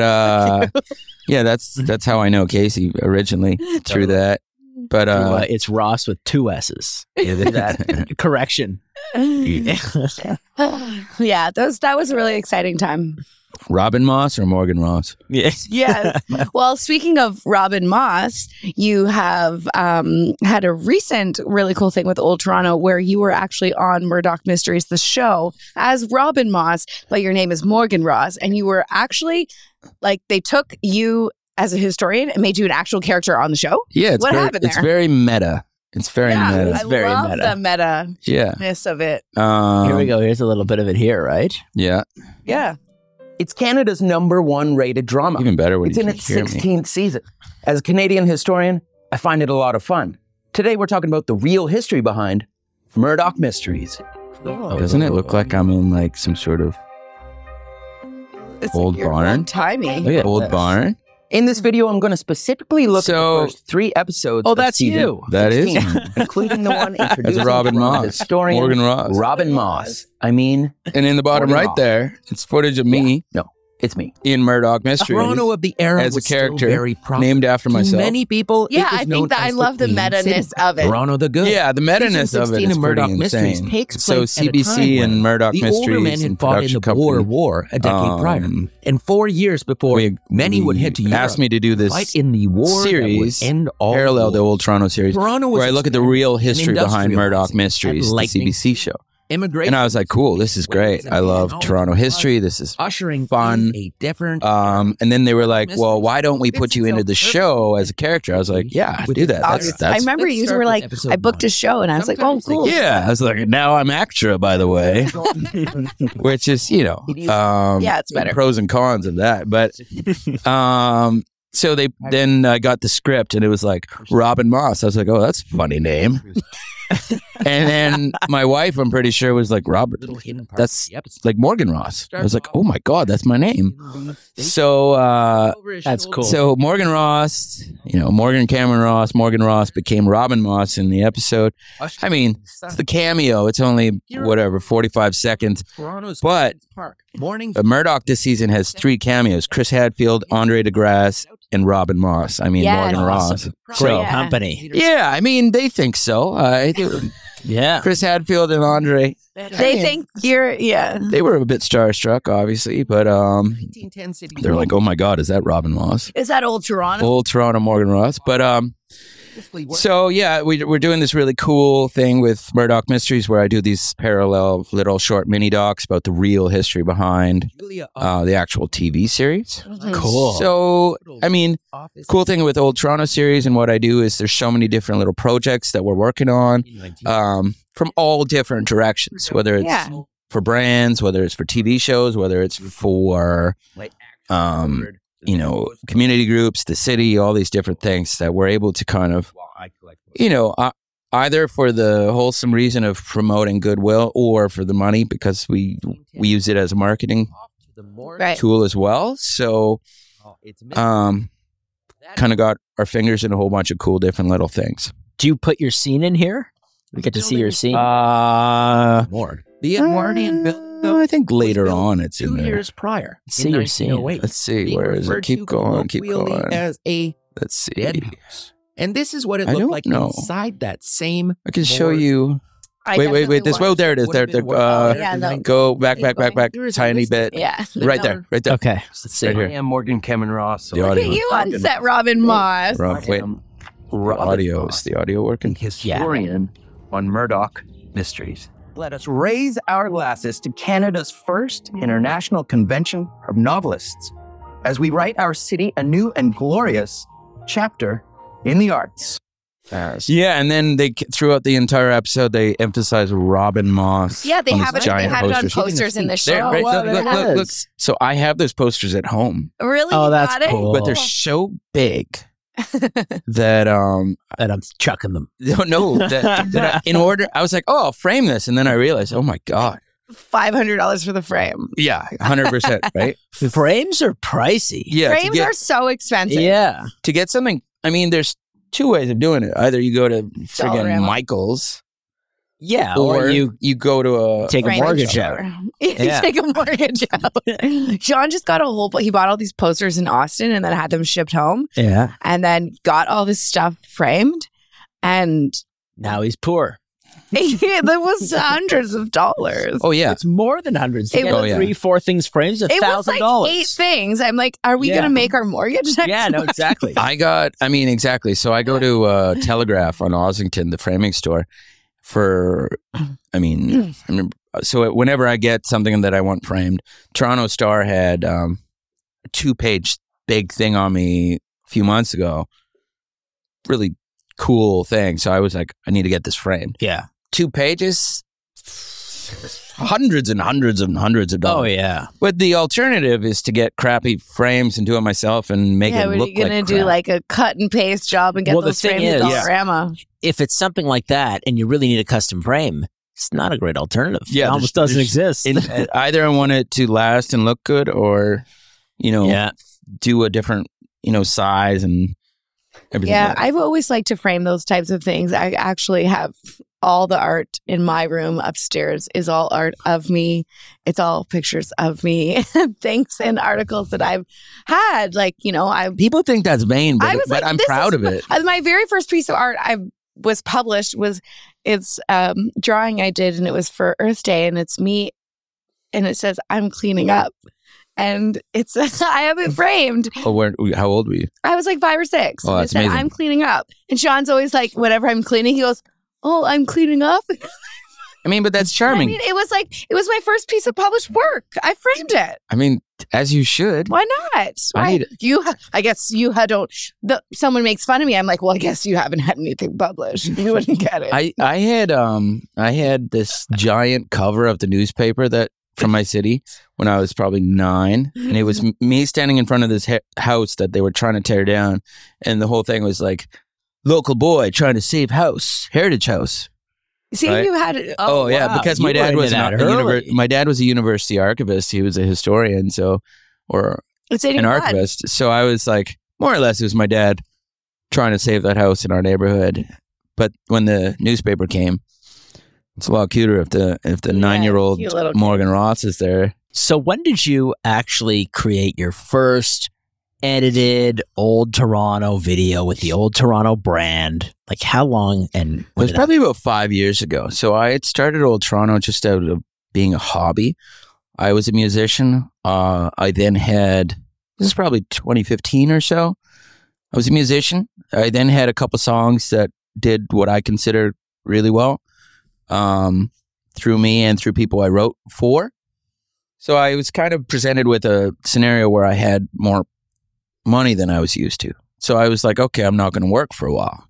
uh, yeah, that's that's how I know Casey originally through that. But Through, uh, uh, it's Ross with two S's. Yeah, there's that correction. yeah, those that was a really exciting time. Robin Moss or Morgan Ross? Yeah. Yes. well, speaking of Robin Moss, you have um, had a recent really cool thing with Old Toronto where you were actually on Murdoch Mysteries, the show, as Robin Moss, but your name is Morgan Ross, and you were actually like they took you as a historian and made you an actual character on the show. Yeah, it's What very, happened it's there? very meta. It's very yeah, meta. I very love meta. the meta yeah. ness of it. Um, here we go. Here's a little bit of it here, right? Yeah. Yeah. It's Canada's number one rated drama. Even better when it's you in can its hear me. 16th season. As a Canadian historian, I find it a lot of fun. Today, we're talking about the real history behind Murdoch Mysteries. Oh, Cool. Doesn't it look like I'm in like some sort of It's Old you're barn? old-timey. Look at old this. barn? In this video, I'm going to specifically look So- at the first three episodes. Oh, of that's season you. That is 16, including the one introducing Robin drama Moss. historian Morgan Ross. Robin Moss. I mean, And in the bottom Morgan right Ross. there, it's footage of me no, it's me. in Murdoch Mysteries Toronno of the era as a was still character very prominent. named after myself. To many people, it Yeah, was I known think that I as love the Queen meta City. ness of it. Toronto the Good. yeah, the Season meta-ness of it 16 is of Murdoch pretty Mysteries insane. takes so place at a CBC time and when Murdoch the Mysteries older men had and fought in production the Boer company, War a decade prior, um, and four years before, we- many would head to we Europe asked me to do this fight in the war series that would end all parallel the wars. old Toronto series, Toronto was where I look at the real history behind industrializing Murdoch and Mysteries, the lightning CBC show. immigration, And I was like, cool, this is great. I love technology Toronto was history. This is ushering fun. in a different Um, and then they were like, Mysteries. "Well, why don't we Fits put you into itself the show as a character?" I was like, "Yeah, I With do that. That's, August. I that's remember Let's you start were with like, episode I booked one. a show, and I was like, oh, Sometimes they cool. yeah." I was like, "Now I'm extra, by the way," which is you know, um, Yeah, it's better. Pros and cons of that, but um, so they uh, then I got the script and it was like Robin Moss. I was like, "Oh, that's a funny name." and then my wife, I'm pretty sure, was like Robert, Little hidden part. That's- of the episode. like Morgan Ross. I was like, oh my god, that's my name. They- So uh, over his That's shoulder. cool. So Morgan Ross, you know, Morgan Cameron Ross, Morgan Ross became Robin Moss in the episode. I mean, It's the cameo. It's only whatever, 45 seconds. Toronto's But- Park. Morning. But Murdoch this season has three cameos Chris Hadfield, Andre DeGrasse, and Robin Moss. I mean, Yes. Morgan Ross. Awesome. So- Great Yeah. company. Yeah, I mean, they think so. Uh, I think- Yeah. Chris Hadfield and Andre, They think you're, yeah. they were a bit starstruck, obviously, but um, 1910 City. they're like, oh my God, is that Robin Moss? Is that old Toronto? Old Toronto Morgan Ross. But um, Beautifully worked. So yeah, we, we're doing this really cool thing with Murdoch Mysteries, where I do these parallel little short mini docs about the real history behind Julia uh, the actual TV series. Mhm. Oh. Cool. So Otto, I mean, office cool thing with Old Toronto series and what I do is there's so many different little projects that we're working on in 1910. um, from all different directions, whether it's Yeah. for brands, whether it's for TV shows, whether it's for um, you know community groups, the city, all these different things that we're able to kind of you know, uh, either for the wholesome reason of promoting goodwill or for the money because we we use it as a marketing Right. tool as well. So, um, kind of got our fingers in a whole bunch of cool different little things. Do you put your scene in here? We get to see your scene. Uh, More. the Edwardian build, though, I think later was built on it's in Two there. years prior. See, in you're seeing it. 1908, Let's see, being where is it? referred Keep to going, keep colloquially going. As a Let's see. dead house. And this is what it I looked don't like know. inside that same. I can show More- you. I wait, wait, definitely wait. This. want- Oh, there it is. Would There, have there. Uh, been worth- Yeah, no. go back, back, back, back. There is a Tiny list- bit. Yeah. Right there. Right there. Okay. Let's see. Right here. I am Morgan Cameron Ross. The Look at audio. you on set, Robin Moss. Rob, I wait. am The Robert audio Ross, is the audio working? uh, historian on Murdoch Mysteries. Let us raise our glasses to Canada's first international convention of novelists as we write our city a new and glorious chapter in the arts. Yeah, and then they throughout the entire episode they emphasize Robin Moss. Yeah, they on have it. his They giant have it on Oh, posters. posters in the show. There, right, wow, look, look, there it look, look. is. So I have those posters at home, Really? Oh, You that's got it? cool. but they're so big that um And I'm chucking them. no no that, that I, in order I was like oh I'll frame this and then I realized oh my god Five hundred dollars for the frame. yeah hundred percent right Frames are pricey. yeah to Frames get, are so expensive. Yeah. to get something I mean there's two ways of doing it either you go to friggin' Dollarama. Michael's Yeah. or, Or, you you you go to a take a Frame mortgage shop. out. You Yeah. Take a mortgage out. Sean just got a whole. He bought all these posters in Austin and then had them shipped home, Yeah. and then got all this stuff framed, and Now he's poor. it was hundreds of dollars. oh yeah It's more than hundreds. It It was- three, four things frames, a It was thousand like eight dollars. things. I'm like, are we Yeah. gonna make our mortgage? Next Yeah, no, month? exactly. I got, I mean, exactly. So I go to uh, Telegraph on Ossington, the framing store, for, I mean, I remember, so whenever I get something that I want framed, Toronto Star had um, a two page big thing on me a few months ago. Really cool thing. So I was like, I need to get this framed. Yeah. Two pages, hundreds and hundreds and hundreds of dollars. Oh yeah. But the alternative is to get crappy frames and do it myself and make yeah, it what are look you gonna like do? crap. Like a cut and paste job and get Well, the those thing framed at is- Yeah. Dollarama. If it's something like that, and you really need a custom frame, it's not a great alternative. Yeah, it almost there's- doesn't exist. in, uh, either I want it to last and look good, or you know, yeah. do a different you know size and everything. Yeah, like that. I've always liked to frame those types of things. I actually have all the art in my room upstairs is all art of me. It's all pictures of me, things and articles that I've had. Like you know, I people think that's vain, but, I was but like, I'm this proud is- of it. uh, my very first piece of art I was published was it's um, drawing I did and it was for Earth Day and it's me and it says I'm cleaning up and it's I have it framed. Oh, where, how old were you? I was like five or six. Oh, and it that's said, amazing. I'm cleaning up and Sean's always like whenever I'm cleaning he goes. Oh, I'm cleaning up. I mean, but that's I charming. mean, it was like it was my first piece of published work. I framed it. as you should. Why not? Why- need you. ha- I guess you ha- don't. The, someone makes fun of me. I'm like, well, I guess you haven't had anything published. You wouldn't get it. I I had um I had this giant cover of the newspaper that from my city when I was probably nine, and it was m- me standing in front of this he- house that they were trying to tear down, and the whole thing was like local boy trying to save house, heritage house. See, Right? you had. Oh, Oh, yeah, wow. because You my were dad into was that not a early. univer- my dad was a university archivist. He was a historian, so or it's in an your blood. archivist. So I was like, more or less, it was my dad trying to save that house in our neighborhood. But when the newspaper came, it's a lot cuter if the if the Yeah, nine year old you little kid. Morgan Ross is there. So when did you actually create your first edited old Toronto video with the old Toronto brand? Like how long and It when was did that- probably about five years ago. So I had started Old Toronto just out of being a hobby. I was a musician. Uh, I then had this is probably 2015 or so. I was a musician. I then had a couple songs that did what I consider really well um, through me and through people I wrote for. So I was kind of presented with a scenario where I had more money than I was used to. So I was like, okay, I'm not going to work for a while.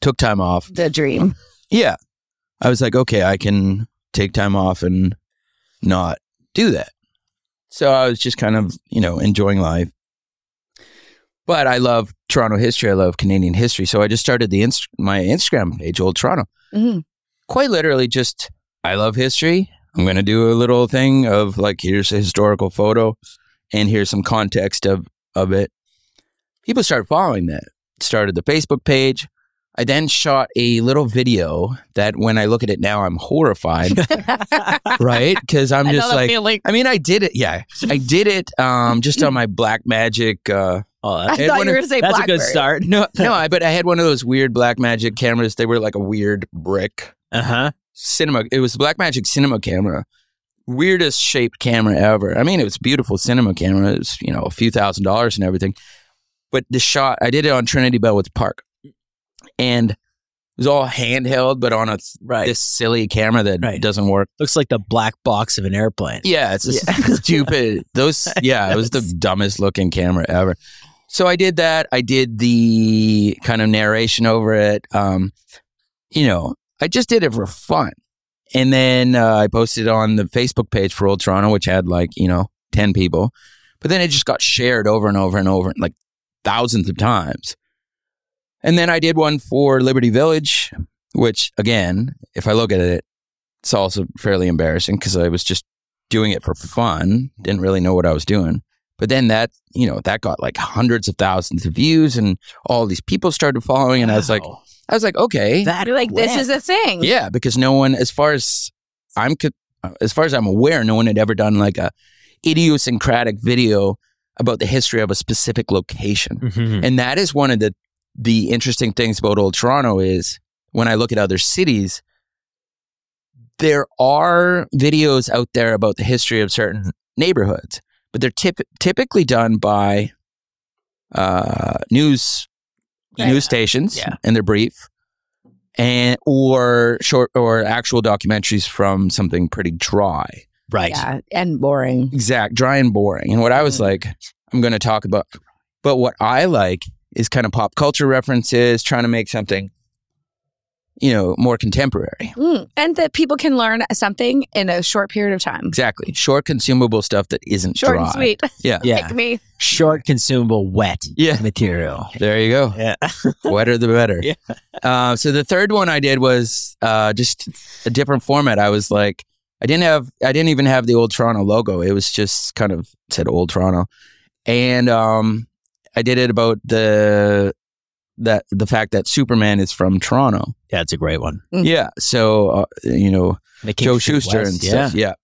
Took time off. The dream. Yeah. I was like, okay, I can take time off and not do that. So I was just kind of, you know, enjoying life. But I love Toronto history. I love Canadian history. So I just started the inst- my Instagram page, Old Toronto. Mhm. Quite literally, just I love history. I'm going to do a little thing of like, here's a historical photo, and here's some context of of it. People started following that. Started the Facebook page. I then shot a little video that, when I look at it now, I'm horrified, right? Because I'm just Another like, feeling. I mean, I did it. Yeah, I did it. Um, just on my black magic. Uh, Oh, I that- Ed, thought one you were of- going to say that's a Blackberry. good start. no, no, I but I had one of those weird black magic cameras. They were like a weird brick Uh-huh. cinema. It was a black magic cinema camera, weirdest shaped camera ever. I mean, it was a beautiful cinema camera. It was you know a few thousand dollars and everything. But the shot I did it on Trinity Bellwoods Park, and it was all handheld, but on a Right. this silly camera that Right. doesn't work. Looks like the black box of an airplane. Yeah, it's just stupid. Those, yeah, it was the dumbest looking camera ever. So I did that. I did the kind of narration over it. Um, you know, I just did it for fun. And then uh, I posted on the Facebook page for Old Toronto, which had like, you know, 10 people. But then it just got shared over and over and over, like thousands of times. And then I did one for Liberty Village, which again, if I look at it, it's also fairly embarrassing because I was just doing it for fun, didn't really know what I was doing. But then that, you know, that got like hundreds of thousands of views and all these people started following and I was like Wow. I was like, okay. that You're like, this went. is a thing. yeah, because no one as far as I'm co- as far as I'm aware, no one had ever done like a idiosyncratic video about the history of a specific location. Mhm. And that is one of the the interesting things about old Toronto is when I look at other cities, there are videos out there about the history of certain neighborhoods, but they're typ- typically done by uh, news Right. news stations, Yeah. and they're brief, and or short or actual documentaries from something pretty dry. Right. Yeah. And boring. Exact, dry and boring. And what I Mm. was like, I'm going to talk about, but what I like is kind of pop culture references, trying to make something, you know, more contemporary. Mm. And that people can learn something in a short period of time. Exactly. Short, consumable stuff that isn't Short dry. and sweet. Yeah. Yeah. Like me. Short, consumable, wet Yeah. material. There you go. Yeah. Wetter the better. Yeah. Uh, so the third one I did was uh, just a different format. I was like, I didn't have, I didn't even have the old Toronto logo. It was just kind of it said old Toronto, and um, I did it about the that the fact that Superman is from Toronto. Yeah, it's a great one. Mhm. Yeah. So uh, you know, Making Joe Mm. Street Schuster West, and stuff. Yeah.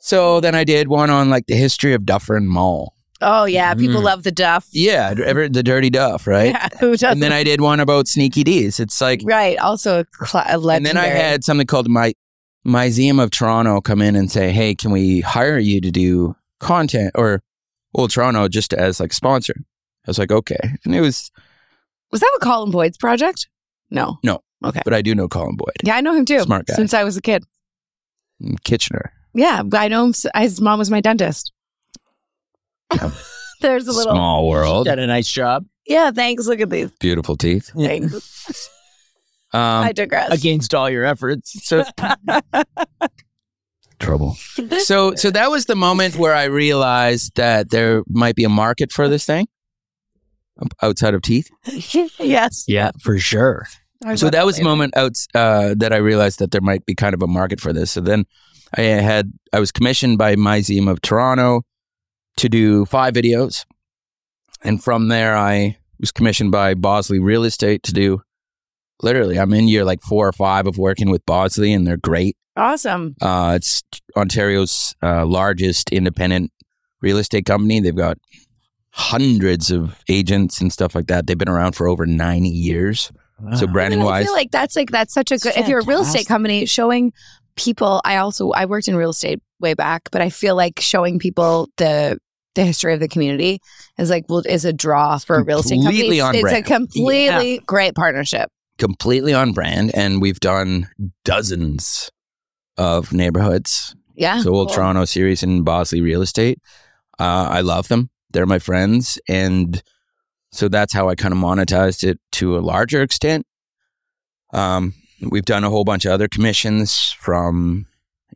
So then I did one on like the history of Dufferin Mall. Oh, yeah. People Mm. love the duff. Yeah, Mm-hmm. ever the Dirty Duff, right? Yeah, who doesn't? And then I did one about Sneaky D's. It's like right. Also a, cl- a legendary. and then I had something called my Museum of Toronto come in and say, "Hey, can we hire you to do content or Old Toronto just as like sponsor?" I was like, "Okay," and it was, Was that a Colin Boyd's project? No. but I do know Colin Boyd, Yeah, I know him too. Smart guy. Since I was a kid. and Kitchener, Yeah, I know him. s- His mom was my dentist. There's a little. small world, Done a nice job Yeah, thanks. Look at these beautiful teeth. things. I Um, digress. against all your efforts. so trouble. So, so that was the moment where I realized that there might be a market for this thing um, outside of teeth. yes. Yeah, for sure. so that was the moment out uh, that I realized that there might be kind of a market for this. So then I had I was commissioned by Myzeum of Toronto to do five videos, and from there I was commissioned by Bosley Real Estate to do. Literally, I'm in year like four or five of working with Bosley, and they're great. Awesome. Uh, it's Ontario's uh, largest independent real estate company. They've got hundreds of agents and stuff like that. They've been around for over 90 years. So branding I wise, feel like that's like that's such a good. If you're a real estate company, showing people. I also I worked in real estate way back, but I feel like showing people the the history of the community is like well is a draw for a real estate company. Completely on it's brand. a completely great partnership. completely on brand, and we've done dozens of neighborhoods. Yeah. so Old Ah, Cool. Toronto series and Bosley Real Estate. Uh, I love them. They're my friends, and so that's how I kind of monetized it to a larger extent. Um, we've done a whole bunch of other commissions from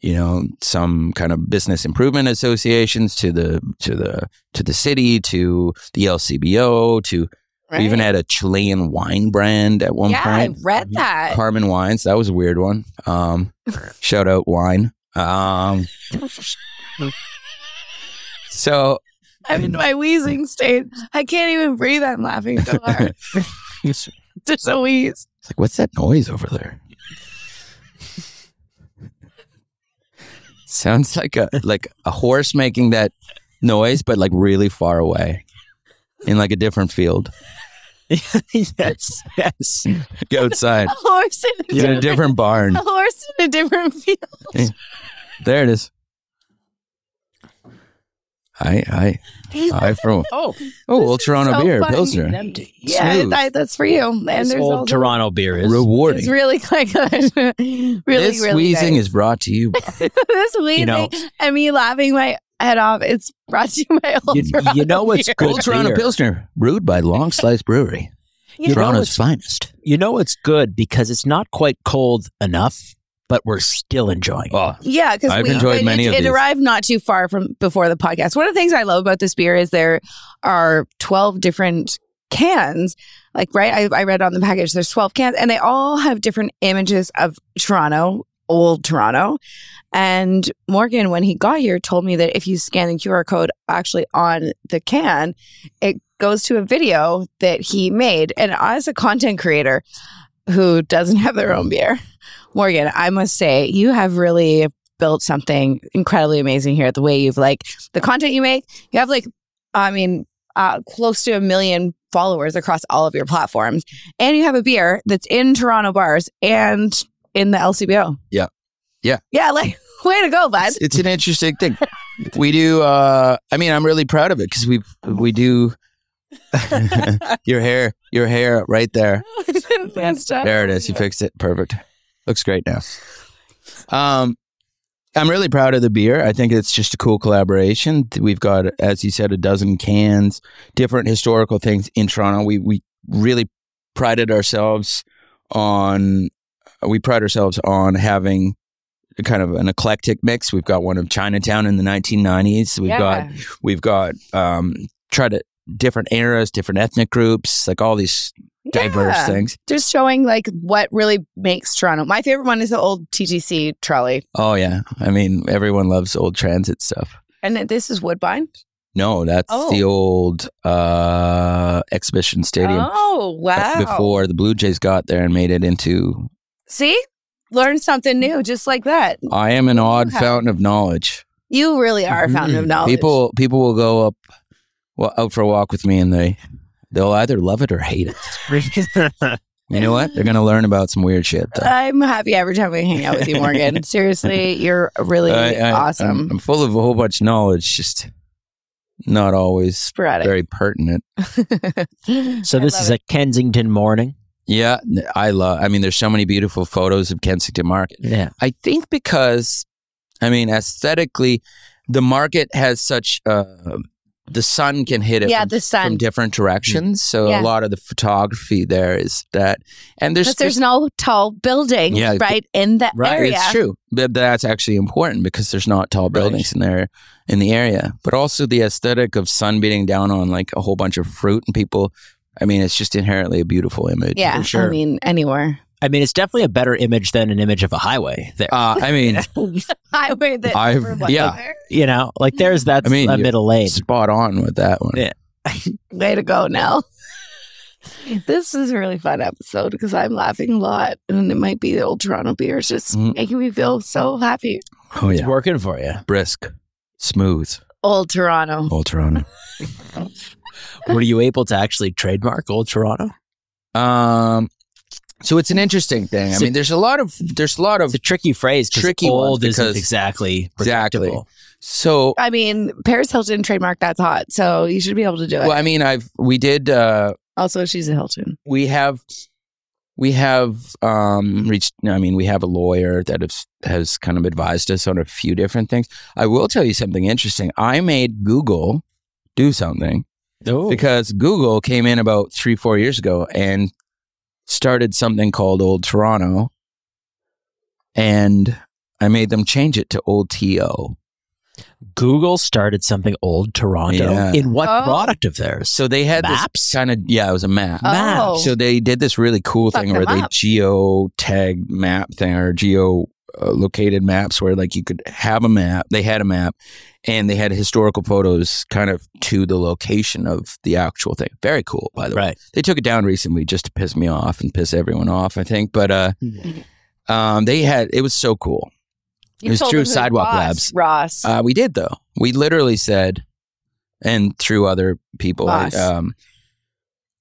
you know some kind of business improvement associations to the to the to the city to the LCBO to we even Right. had a Chilean wine brand at one yeah, point. um, I read that. Carmen Wines. That was a weird one. Um, shout out wine. Um, so I'm in my wheezing state. I can't even breathe. I'm laughing so hard. it's Just a wheeze. like, what's that noise over there? Sounds like a like a horse making that noise, but like really far away, in like a different field yes, yes. outside A horse in a, in a different, different barn. a horse in a different field. There it is. I I I from Oh, oh This old is Toronto so beer funny. Pilsner. Yeah, Smooth. I, that's for you. And This there's old also- Toronto beer is. rewarding. It's really like really this really wheezing nice. is brought to you. by- this wheezing know- and me laughing my head off. It's brought to you by old You- Toronto you know what's beer. good Old Toronto beer. Pilsner, brewed by Long Slice Brewery, You know Toronto's what's- finest. You know it's good because it's not quite cold enough, but we're still enjoying it. Oh, Yeah, because I've enjoyed it, many it, of it these. arrived not too far from before the podcast. One of the things I love about this beer is there are twelve different cans. Like right, I, I read on the package there's twelve cans, and they all have different images of Toronto, old Toronto. And Morgan, when he got here, told me that if you scan the QR code actually on the can, it goes to a video that he made. And as a content creator who doesn't have their own beer, Morgan, I must say you have really built something incredibly amazing here. The way you've like the content you make, you have like, I mean, uh, close to a million followers across all of your platforms, and you have a beer that's in Toronto bars and in the LCBO. Yeah. Yeah. yeah. Like, way to go, bud. it's, it's an interesting thing. We do. Uh, I mean, I'm really proud of it because we we do. your hair, your hair, right there. That's tough. There it is. You fixed it. Perfect. Looks great now. Um, I'm really proud of the beer. I think it's just a cool collaboration. We've got, as you said, a dozen cans, different historical things in Toronto. We we really prided ourselves on we pride ourselves on having kind of an eclectic mix. We've got one of Chinatown in the 1990s. We've got we've got um try to different eras, different ethnic groups, like all these diverse Yeah. things. Just showing like what really makes Toronto. My favorite one is the old TTC trolley, Oh yeah, I mean everyone loves old transit stuff. and this is Woodbine. No, that's Oh. the old uh, exhibition stadium Oh wow! before the Blue Jays got there and made it into. See, learn something new just like that. I am an odd Okay. fountain of knowledge. You really are a fountain of knowledge. Mm-hmm. People people will go up well, out for a walk with me and they they'll either love it or hate it. You know what? They're gonna learn about some weird shit. Though. I'm happy every time we hang out with you, Morgan. Seriously, you're really I- I- awesome. I'm, I'm full of a whole bunch of knowledge, just not always Sporadic. very pertinent. So I this love is it. a Kensington morning. Yeah, I love. I mean, there's so many beautiful photos of Kensington Market. Yeah. I think because, I mean, aesthetically, the market has such uh, the sun can hit it yeah, from, the from sun. different directions. So Yeah. a lot of the photography there is that, and there's Because there's no tall building Yeah, right in that right, area. it's true. But that's actually important because there's not tall buildings in there in the area, but also the aesthetic of sun beating down on like a whole bunch of fruit and people I mean, it's just inherently a beautiful image. Yeah, I mean, anywhere I mean, it's definitely a better image than an image of a highway. There, Uh, I mean, highway that. I've- or yeah. whatever. you know, like Mm. there's that's I mean, a you- middle lane. spot on with that one. Yeah. Way to go, Nell. this is a really fun episode because I'm laughing a lot, and it might be the old Toronto beer. It's just Mm. making me feel so happy. Oh It's yeah, working for you. brisk, smooth, Old Toronto. old Toronto. Were you able to actually trademark Old Toronto? Um, so it's an interesting thing. I So- mean, there's a lot of there's a lot of It's a tricky phrase. 'cause Tricky one, old isn't because- exactly Exactly. predictable. so. I mean, Paris Hilton trademark that's hot, so you should be able to do it. Well, I mean, I've we did uh, Also, she's a Hilton. we have we have um reached no, i mean we have a lawyer that has has kind of advised us on a few different things i will tell you something interesting i made google do something because google came in about three four years ago and started something called old toronto and i made them change it to old to Google started something Old Toronto Yeah. in what Oh. product of theirs? so they had Maps? this kind of yeah it was a map Oh. So they did this really cool Fuck thing where them they up. geo tagged map thing or geo uh, located maps where like you could have a map. They had a map and they had historical photos kind of to the location of the actual thing. Very cool, by the way. Right. They took it down recently just to piss me off and piss everyone off, I think. But uh, Mm-hmm. um, they had it was so cool. It was told through them who- Sidewalk Ross, Labs. Ross. Uh, we did though. We literally said, and through other people, Us. um,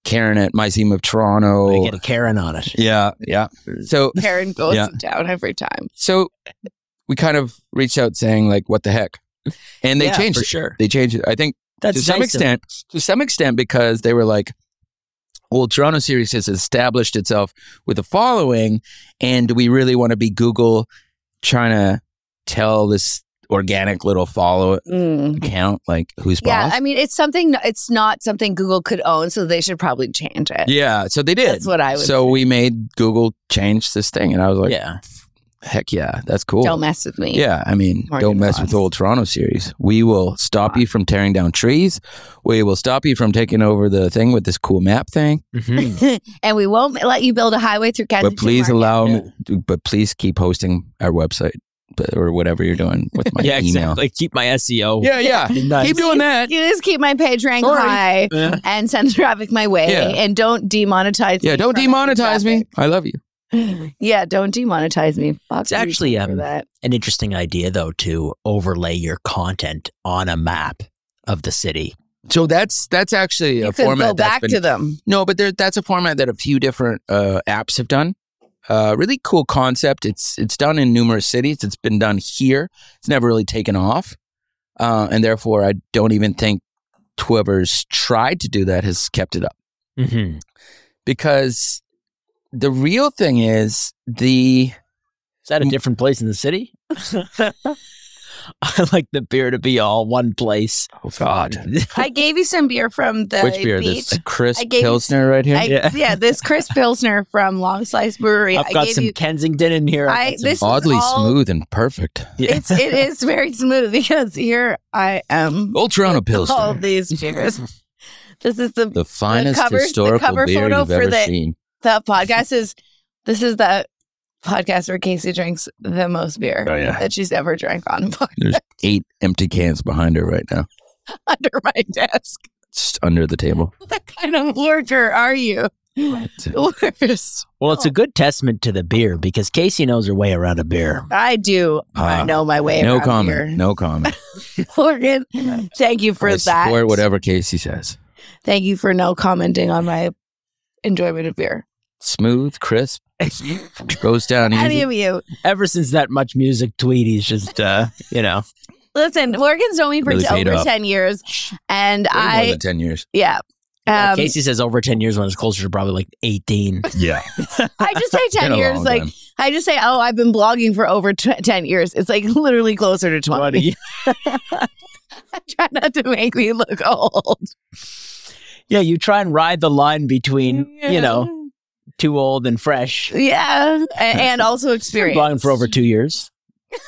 Karen at Museum of Toronto, They get a Karen on it. yeah, yeah. So Karen goes yeah. down every time. so we kind of reached out saying like, what the heck? And they Yeah, changed for it. sure. They changed it. I think That's to some nice of- extent, to some extent, because they were like, well, Toronto series has established itself with a following, and do we really want to be Google trying to tell this organic little follow Mm. account like who's Yeah, boss? I mean, it's something. It's not something Google could own, so they should probably change it. yeah, so they did. That's what I would. so we made Google change this thing, and I was like, yeah. heck yeah, that's cool. don't mess with me. Yeah, I mean, Morgan don't mess with Ross. old Toronto series. We will stop you from tearing down trees. We will stop you from taking over the thing with this cool map thing. Mhm. and we won't let you build a highway through Kansas. mm. but please allow me. But please keep hosting our website but- or whatever you're doing with my yeah, email. exactly. Keep my E SEO. Yeah, yeah. Nice. Keep doing that. You just keep my page rank Sorry. high Yeah. and send traffic my way, Yeah. and don't demonetize. Yeah, me don't from any demonetize me. I love you. traffic. Yeah, don't demonetize me. Fuck It's you actually, for um, that. An interesting idea, though, to overlay your content on a map of the city. So that's that's actually You a could format go that's back been to them. No, but there, that's a format that a few different uh, apps have done. Uh, really cool concept. It's it's done in numerous cities. It's been done here. It's never really taken off, uh, and therefore I don't even think whoever's tried to do that has kept it up Mm-hmm. because the real thing is the Is Mm. that a different place in the city? I like the beer to be all one place. oh god I gave you some beer from the which beer beach. this Chris I gave- Pilsner right here I, yeah. Yeah. this Chris Pilsner from Long Slice Brewery. I've got I gave some you. Kensington in here. I've I- got some- this- oddly all- smooth and perfect Yeah. It's it is very smooth because here I am. Old Toronto Pilsner All these beers. this is Oh. the the finest covers- the historical cover beer photo you've for ever the- seen the podcast is this is the podcast where Casey drinks the most beer Oh, yeah. that she's ever drank on a pod- eight empty cans behind her right now, under my desk. just under the table. What kind of lurcher are you? Worst. Well, it's a good testament to the beer because Casey knows her way around a beer. I do. I Ah, know my way. No around comment. beer. No comment. Morgan, thank you for I that. support whatever Casey says. Thank you for no commenting on my enjoyment of beer. Smooth, crisp, goes down Any easy. of you. Ever since that much music tweet, he's just, uh, you know, Listen, Morgan's known me for Really paid over off. 10 years. And Way more I, than ten years. yeah. Yeah, Um, Uh, Casey says over 10 years when his culture is probably like 18. Yeah, I just say 10 years. Like, I just say, oh, I've been blogging for over t- 10 years. It's like literally closer to 20. Try not to make me look old. yeah, you try and ride the line between, you know, too old and fresh. Yeah. a- And also experience. Blogging for over two years.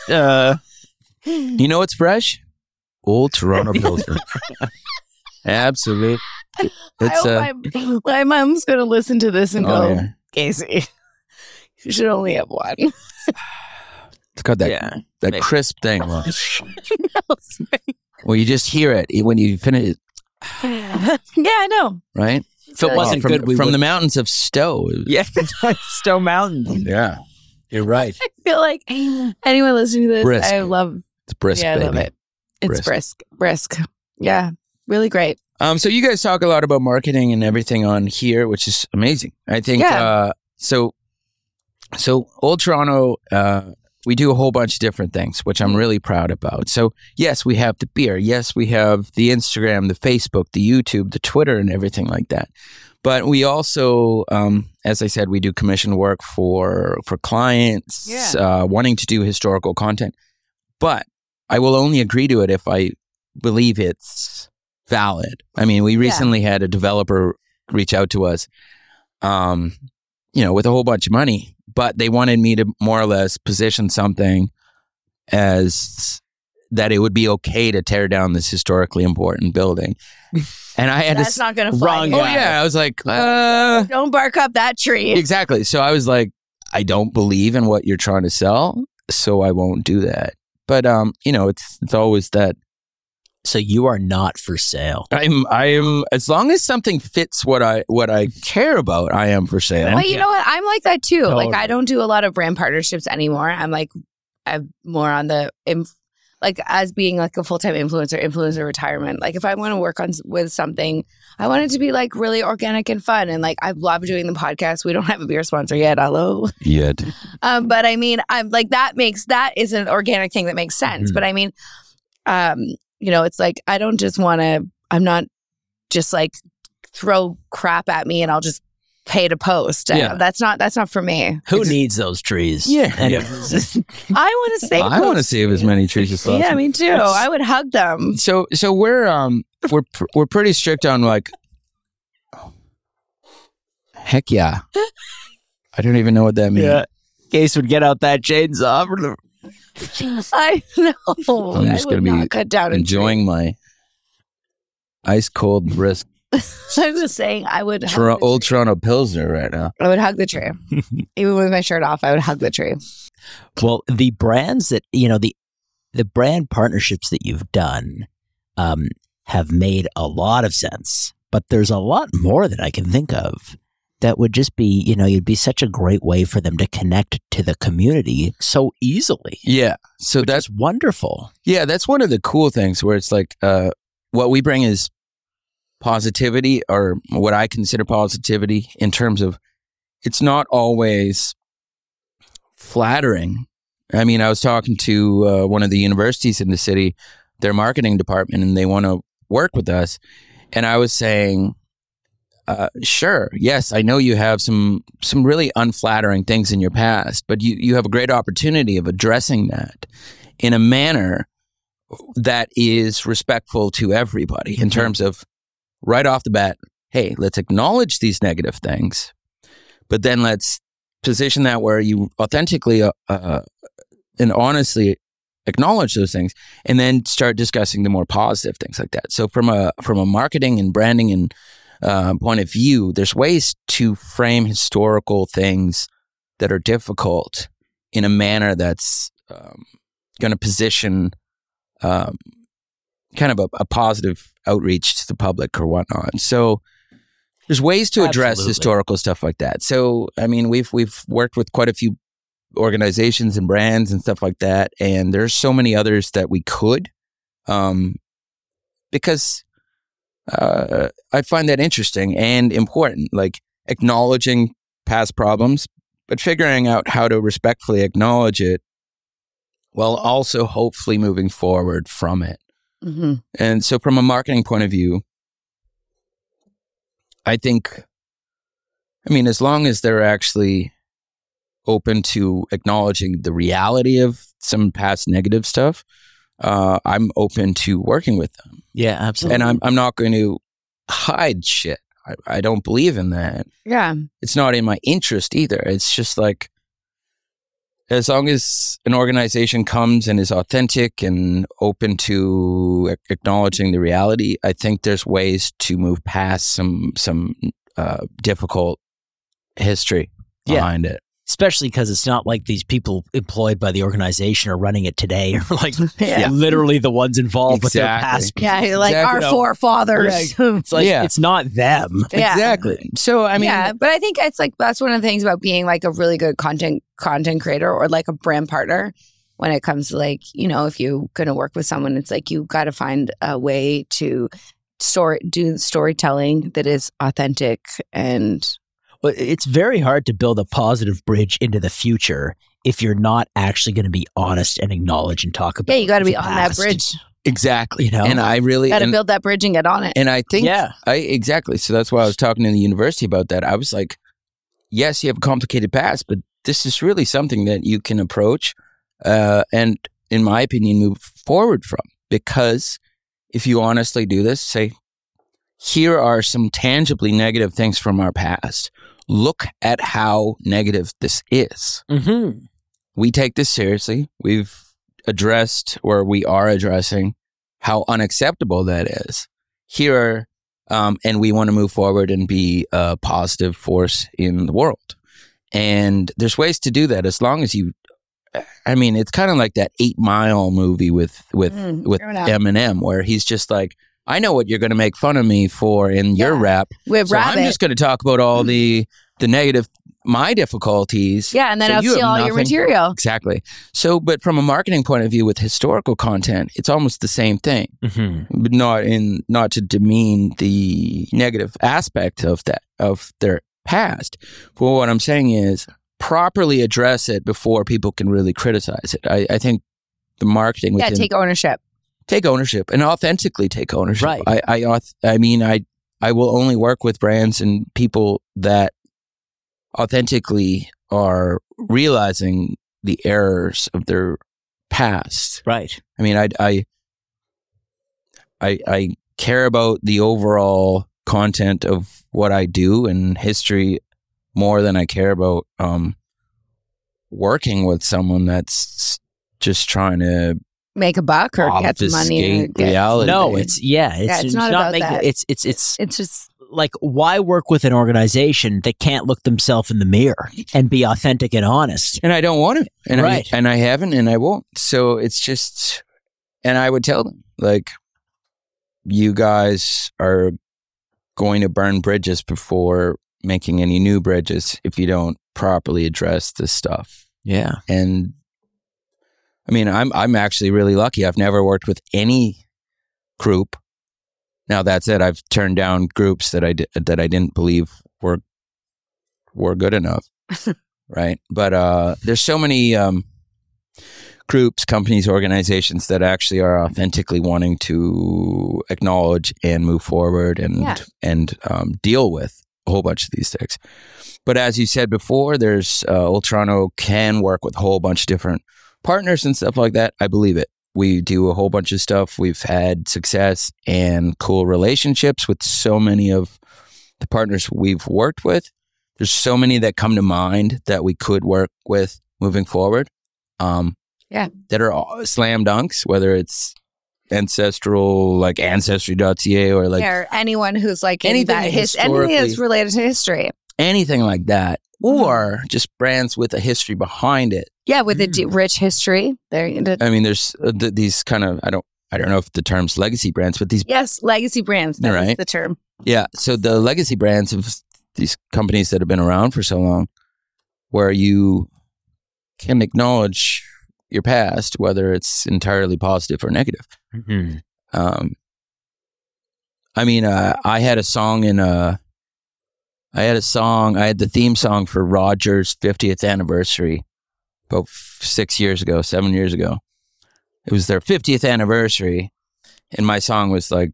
Uh, you know what's fresh? Old Toronto Pilsner. Absolute I It's hope uh, my, my mom's going to listen to this and oh, go, yeah. Casey, you should only have one. it's got that yeah. that Maybe. crisp thing. well, you just hear it e, when you finish it, yeah, I know. right? Uh, If it wasn't from, good, we from the would- mountains of Stowe. yeah, Stone Mountain. Yeah, you're right. I feel like anyone listening to this, Brisk. I love It's brisk, yeah, I baby. love it. It's brisk. brisk. Yeah. Really great. Um, so you guys talk a lot about marketing and everything on here, which is amazing. I think Yeah. uh, so. So Old Toronto, uh, we do a whole bunch of different things, which I'm really proud about. So yes, we have the beer. Yes, we have the Instagram, the Facebook, the YouTube, the Twitter, and everything like that. But we also, um, as I said, we do commission work for for clients uh, wanting to do historical content. But I will only agree to it if I believe it's valid. I mean, we recently had a developer reach out to us, um, you know, with a whole bunch of money, but they wanted me to more or less position something as that it would be okay to tear down this historically important building. And I had to That's s- not going to fly. Oh yeah, I was like, uh, Don't bark up that tree. exactly. So I was like, I don't believe in what you're trying to sell, so I won't do that. But um, you know, it's it's always that So you are not for sale. I'm I'm as long as something fits what I what I care about, I am for sale. Well, you know what? I'm like that too. Like, I Totally. don't do a lot of brand partnerships anymore. I'm like, I'm more on the, inf- like, as being like a full time influencer, influencer retirement. Like, if I want to work on s- with something, I want it to be like really organic and fun. And like, I love doing the podcast. We don't have a beer sponsor yet. Hello. Yet. Um, but I mean, I'm like that makes that is an organic thing that makes sense. Mm-hmm. Mhm. But I mean, um, you know, it's like I don't just want to. I'm not just like throw crap at me and I'll just pay to post. I- Yeah. that's not that's not for me. Who needs those trees? Yeah. And- I want to save. I want to those save as trees. many trees as possible. Yeah, me too. I would hug them. So so we're um we're pr- we're pretty strict on like heck yeah. I don't even know what that means. Case would get out that chainsaw. for the- I know. I'm I would just gonna be not cut down a Enjoying my ice cold brisk tree. I'm just saying, I would. Hug Tor- the old tree. Toronto Pilsner right now. I would hug the tree, even with my shirt off. I would hug the tree. Well, the brands that you know the the brand partnerships that you've done um, have made a lot of sense, but there's a lot more that I can think of that would just be you know you'd be such a great way for them to connect to the community so easily. Yeah. So that's That's wonderful. Yeah, that's one of the cool things where it's like uh, what we bring is positivity or what I consider positivity in terms of it's not always flattering. I mean, I was talking to uh, one of the universities in the city, their marketing department, and they want to work with us. And I was saying, uh, sure, yes, I know you have some some really unflattering things in your past, but you, you have a great opportunity of addressing that in a manner that is respectful to everybody in terms of right off the bat, hey, let's acknowledge these negative things, but then let's position that where you authentically uh, uh, and honestly acknowledge those things and then start discussing the more positive things like that. So from a from a marketing and branding and uh, point of view, there's ways to frame historical things that are difficult in a manner that's um, going to position um, kind of a, a positive outreach to the public or whatnot. So there's ways to address Absolutely. historical stuff like that. So I mean, we've we've worked with quite a few organizations and brands and stuff like that, and there's so many others that we could, um, because uh, I find that interesting and important. Like acknowledging past problems, but figuring out how to respectfully acknowledge it while also hopefully moving forward from it. hmm And so, from a marketing point of view, I think, I mean, as long as they're actually open to acknowledging the reality of some past negative stuff, uh, I'm open to working with them. Yeah, absolutely. And I'm, I'm not going to hide shit. I, I don't believe in that Yeah. it's not in my interest either. It's just like as long as an organization comes and is authentic and open to ac- acknowledging the reality, I think there's ways to move past some some uh, difficult history Yeah. behind it. especially because it's not like these people employed by the organization are running it today are like Yeah. literally the ones involved with their Exactly. past. Yeah, you're like Exactly. our No. forefathers. Yeah. It's like Yeah. it's not them. Exactly. So I mean, yeah, but I think it's like that's one of the things about being like a really good content content creator or like a brand partner. When it comes to like you know if you're gonna work with someone, it's like you got to find a way to sort do storytelling that is authentic and But it's very hard to build a positive bridge into the future if you're not actually going to be honest and acknowledge and talk about. yeah, you got to the be on that past. bridge. exactly. You know? and I really Got to and- build that bridge and get on it. And I think, Yeah. I exactly. So that's why I was talking to the university about that. I was like, yes, you have a complicated past, but this is really something that you can approach, uh, and in my opinion, move forward from. Because if you honestly do this, say, here are some tangibly negative things from our past. Look at how negative this is Mm-hmm. we take this seriously. We've addressed or we are addressing how unacceptable that is here. Um, and we want to move forward and be a positive force in the world. And there's ways to do that as long as you, I mean, it's kind of like that eight mile movie with, with, Mm, with growing up. Eminem where he's just like, I know what you're going to make fun of me for in your Yeah. rap. With So rabbit, Mm. I'm just going to talk about all the, the negative, my difficulties. yeah, and then so I'll you have steal all your nothing- material. Exactly. So, but from a marketing point of view, with historical content, it's almost the same thing, Mm-hmm. but not in not to demean the negative aspect of that of their past. But what I'm saying is properly address it before people can really criticize it. I, I think the marketing Yeah, within take ownership. take ownership and authentically take ownership. Right. I I auth- I mean I I will only work with brands and people that authentically are realizing the errors of their past. Right. I mean I I I, I care about the overall content of what I do and history more than I care about um working with someone that's just trying to Make a buck or get some money. Or obfuscate get, reality. No, it's yeah, it's, Yeah, it's not about making that. it's it's it's it's just like why work with an organization that can't look themselves in the mirror and be authentic and honest. and I don't want to, and Right. I and I haven't, and I won't. So it's just, and I would tell them like, you guys are going to burn bridges before making any new bridges if you don't properly address this stuff. Yeah. And I mean, I'm I'm actually really lucky. I've never worked with any group. Now that said, I've turned down groups that I di- that I didn't believe were were good enough, right? But uh, there's so many um, groups, companies, organizations that actually are authentically wanting to acknowledge and move forward and Yeah. and um, deal with a whole bunch of these things. But as you said before, there's uh, Ultrano can work with a whole bunch of different partners and stuff like that. I believe it. We do a whole bunch of stuff. We've had success and cool relationships with so many of the partners we've worked with. There's so many that come to mind that we could work with moving forward. Um, Yeah. That are all slam dunks, whether it's ancestral, like ancestry.ca or like or anyone who's like in Anything that his, anything that's historically- related to history. anything like that, or just brands with a history behind it. Yeah, with a d- rich history. There, the, I mean, there's Hmm. uh, th- these kind of I don't I don't know if the term's legacy brands, but these yes, legacy brands. That's Right. the term. yeah. So the legacy brands of these companies that have been around for so long, where you can acknowledge your past, whether it's entirely positive or negative. Mm-hmm. Um, I mean, uh, I had a song in uh, I had a song. I had the theme song for Roger's 50th anniversary, about f- six years ago, seven years ago. It was their 50th anniversary, and my song was like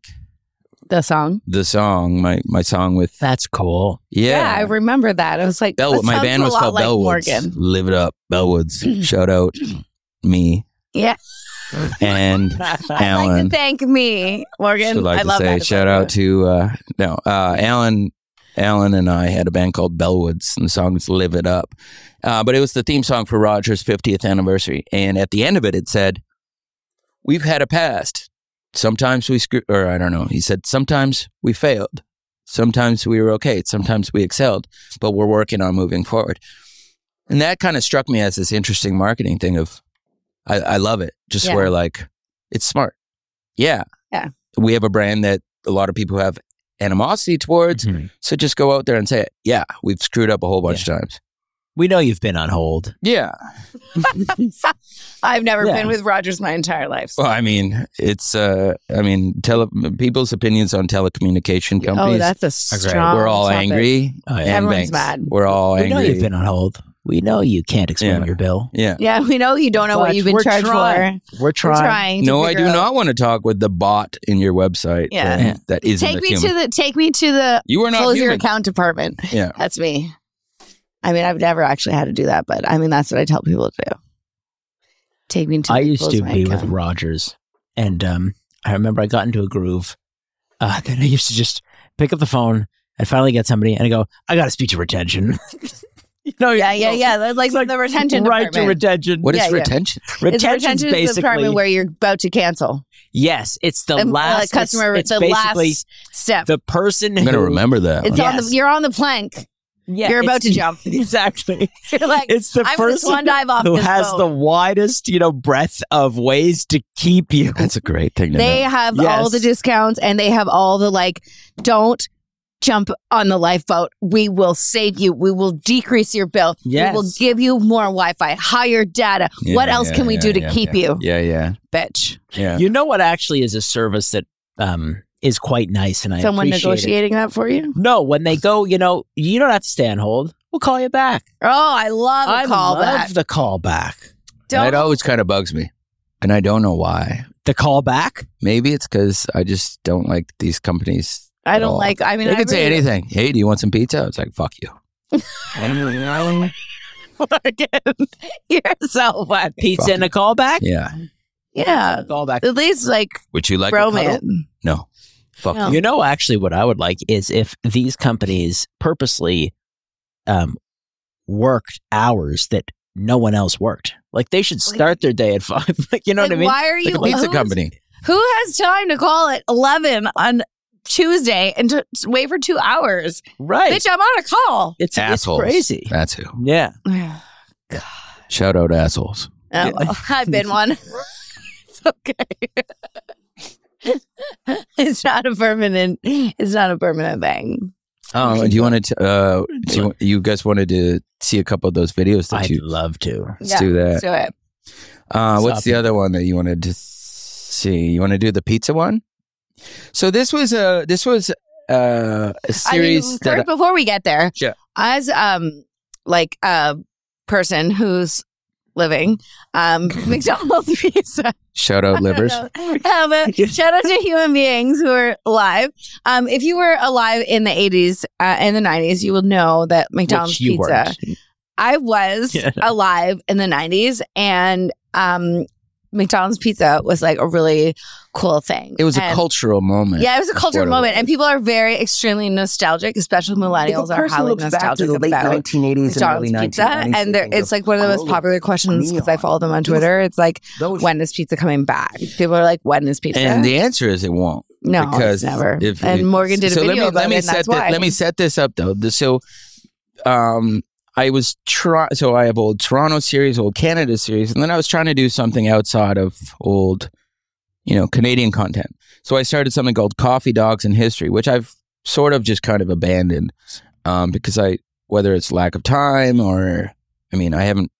The song. the song. My my song with That's cool. yeah. I remember that. I was like, Bellwood. that My sounds band a was lot called like Bellwoods. Morgan. Live it up, Bellwoods. Shout out me. Yeah. And I'd Alan. like to thank me, Morgan. Should like I to love say that. shout out to uh, no uh, Alan. Alan and I had a band called Bellwoods, and the song is "Live It Up," Uh, but it was the theme song for Roger's 50th anniversary. And at the end of it, it said, We've had a past. Sometimes we screwed, or I don't know. He said, Sometimes we failed. Sometimes we were okay. Sometimes we excelled, but we're working on moving forward. And that kind of struck me as this interesting marketing thing of, I, I love it. Just Yeah. where like, it's smart. Yeah. Yeah. We have a brand that a lot of people have animosity towards. Mm-hmm. Mm-hmm. So just go out there and say it. Yeah, we've screwed up a whole bunch of times. We know you've been on hold. Yeah. I've never Yeah. been with Rogers my entire life. so- Well, I mean, it's uh, I mean, tele- people's opinions on telecommunication companies. oh, that's a agree. strong. we're all topic. angry. Oh, yeah. and Everyone's banks. mad. We're all we angry. know you've been on hold. We know you can't explain Yeah. your bill. yeah. Yeah, we know you don't know But what you've been we're charged trying. for. We're We're trying. trying. to No, I do figure out- not want to talk with the bot in your website. Yeah. that- that isn't Take a me human. to the take me to the You are not close your human. account department. Yeah. That's me. I mean, I've never actually had to do that, but I mean, that's what I tell people to do. Take me to. I the used close to my be with account. Rogers, and um, I remember I got into a groove. Uh, then I used to just pick up the phone and finally get somebody, and I go, "I got to speak to retention." no, Yeah, yeah, yeah. Like, like the retention right to department. retention. What is Yeah, yeah. retention? It's Retention's retention is the basically department where you're about to cancel. yes, it's the Um, uh, last it's- customer- It's, the basically last Step. the person I'm gonna who- remember that. It's one. on Yes. the. You're on the plank. Yeah, you're about it's- to jump. Exactly. You're like, It's the I'm gonna swan person dive off who this has boat. the widest, you know, breadth of ways to keep you. That's a great thing to They know. have all Yes. the discounts and they have all the like, don't jump on the lifeboat. We will save you. We will decrease your bill. Yes. We will give you more Wi Fi, higher data. Yeah, what else yeah, can we yeah, do to yeah, keep yeah. you, Yeah, yeah, bitch? yeah. You know what actually is a service that um, is quite nice, and I Someone appreciate it. negotiating that for you? No, when they go, you know, you don't have to stay on hold. We'll call you back. Oh, I love a I call love back. the call back. And Don't It always kind of bugs me, and I don't know why. The call back? Maybe it's because I just don't like these companies I don't all. like. I mean, they I could say really- anything. Hey, do you want some pizza? It's like fuck you. You're so fun. Pizza and a call back? Yeah. Yeah, Call back. at least like Would you like a romance. cuddle? No. Fuck No. you. You know, actually, what I would like is if these companies purposely um, worked hours that no one else worked. Like they should start their day at five. Like, you know Like, what I mean? Why are Like you a pizza who- company. Who has time to call at 11 on Tuesday and to wait for two hours? Right. Bitch, I'm on a call. it's, it's Assholes. crazy. That's who. Yeah. Oh, Shout out assholes. Yeah. I've been one. it's okay. it's not a permanent. It's not a permanent thing. Oh, do you want to? Uh, do you, you guys wanted to see a couple of those videos that I'd you? love to. Let's Yeah, do Let's that. do it. Uh, what's Stop the it. other one that you wanted to see? You want to do the pizza one? So this was a this was uh, a series I mean, that first, before we get there, Yeah. as um like a person who's living um McDonald's pizza shout out livers. Um, uh, shout out to human beings who are alive. Um, if you were alive in the 80s uh, and the 90s, you will know that McDonald's Which you pizza. weren't. I was Yeah. alive in the 90s and um, McDonald's pizza was like a really cool thing. It was a And- cultural moment. Yeah, it was a That's cultural what it moment, was. and people are very extremely nostalgic, especially millennials are highly nostalgic about 1980s McDonald's pizza, and they're- it's like one of the most "Holy popular questions because I neon." follow them on It was- Twitter. It's like, those when is pizza coming back? People are like, when is pizza? And the answer is it won't. No, it's because never. if- and Morgan did a so video let me, about let me it. and set that's thi- why. let me set this up though. The- So, um, I was try. So I have old Toronto series, old Canada series, and then I was trying to do something outside of old, you know, Canadian content. So I started something called Coffee Dogs and History, which I've sort of just kind of abandoned um, because I whether it's lack of time or I mean I haven't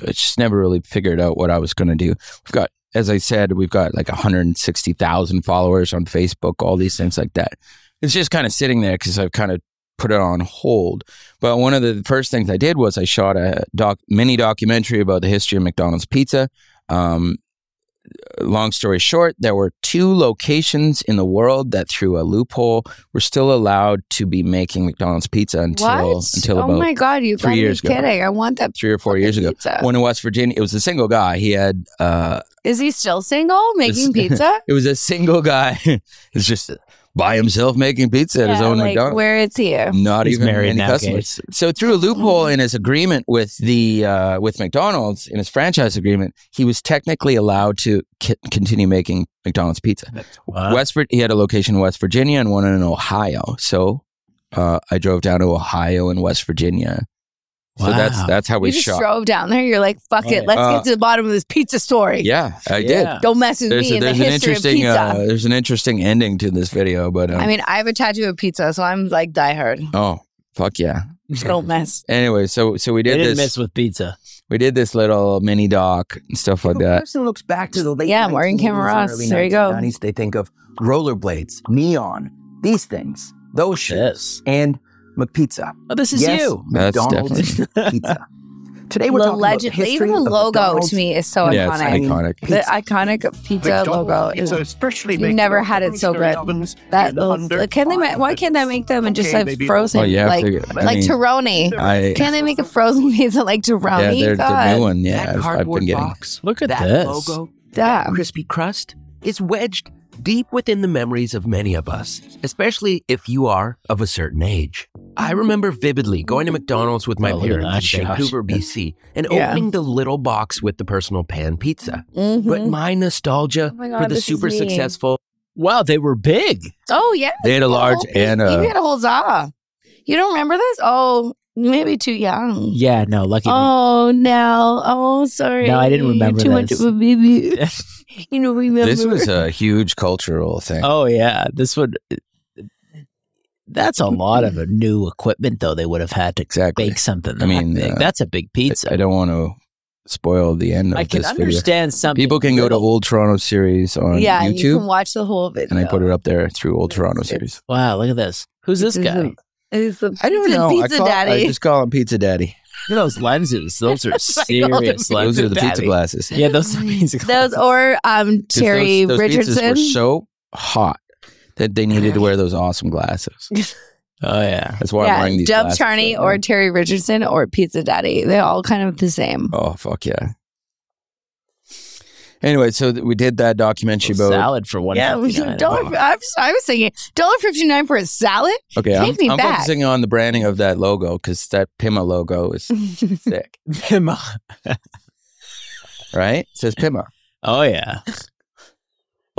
I just never really figured out what I was going to do. We've got as I said, we've got like 160,000 followers on Facebook, all these things like that. It's just kind of sitting there because I've kind of put it on hold. But one of the first things I did was I shot a doc, mini documentary about the history of McDonald's pizza. Um, long story short, there were two locations in the world that, through a loophole, were still allowed to be making McDonald's pizza until what? until oh about my god, you three got years me ago. kidding! I want that three or four years ago. pizza. One in West Virginia, it was a single guy. He had uh, Is he still single making This- pizza? It was a single guy. it's just by himself making pizza at his Yeah, own like, McDonald's. Mm, where it's you. Not He's even married any now, customers. So through a loophole in his agreement with the uh, with McDonald's in his franchise agreement, he was technically allowed to c- continue making McDonald's pizza. Wow. Westford, he had a location in West Virginia and one in Ohio. So uh, I drove down to Ohio and West Virginia. So that's Wow. that's how we you just shop. drove down there. You're like, fuck Yeah. it. Let's Uh, get to the bottom of this pizza story. Yeah, I did. Yeah. Don't mess with There's, me a- in the there's an history of interesting pizza. uh, there's an interesting ending to this video, but um, I mean, I have a tattoo of pizza, so I'm like diehard. oh fuck yeah. Don't mess. Anyway, so so we They did didn't this mess with pizza. we did this little mini doc and stuff like If a that. person looks back to the late Yeah, I'm wearing 1980s and Cameron Ross. early There you go. 1990s, They think of rollerblades, neon, these things, those shoes, Yes. and McPizza. Oh, this is yes, you. That's McDonald's pizza. Today we're The talking about the legend, history even the of logo McDonald's to me is so yeah, iconic. it's iconic. The iconic pizza logo is especially you never had it so good. that. little- Can they? ma- Why can't they make them and just have frozen? Oh, you have like, to- I like mean, Taroni. I Can they make a frozen pizza like yeah, Taroni? they're the God, new one. Yeah, that I've, I've cardboard been getting. box, Look at that this. logo, that damn. crispy crust is wedged deep within the memories of many of us, especially if you are of a certain age. I remember vividly going to McDonald's with my Oh, look at that parents in shot. Vancouver, BC, and Yeah. opening the little box with the personal pan pizza. Mhm. But my nostalgia Oh my for God, the this is super me. successful Wow, they were big. Oh yeah, They had a large whole- and uh, you a had a whole Zara. You don't remember this? Oh, maybe too young. Yeah, no, lucky Oh no! Oh, sorry. No, I didn't remember Too much this. of a baby. me. You know, remember. this was a huge cultural thing. Oh yeah, this would. That's a lot of new equipment, though. They would have had to Exactly. bake something. I That mean, big. uh, that's a big I pizza. don't want to spoil the end of I, can this video. understand something. People can go to little- Old Toronto Series on yeah, you YouTube, can watch the whole video. and I put it up there through Old Toronto It's- Series. Wow, look at this. Who's this This is guy? a- Look It's the I don't pizza- know. Pizza I, call, daddy. I just call him Pizza Daddy. at those lenses. Those are That's like all serious the pizza Those lenses. are the pizza glasses. Yeah, those are pizza Those glasses. or um 'Cause Terry those, those pizzas Richardson. were so hot that they needed to wear those awesome glasses. oh yeah. That's why I'm yeah, wearing these. Dub glasses Charney right or now. Terry Richardson or Pizza Daddy. They're all kind of the same. oh fuck yeah. Anyway, so th- we did that documentary about salad for one. yeah, dollar. I was, I was thinking dollar fifty nine for a salad. Okay, Take I'm, me I'm back. focusing on the branding of that logo because that Pima logo is Oh sick, right? It says Pima. Oh yeah.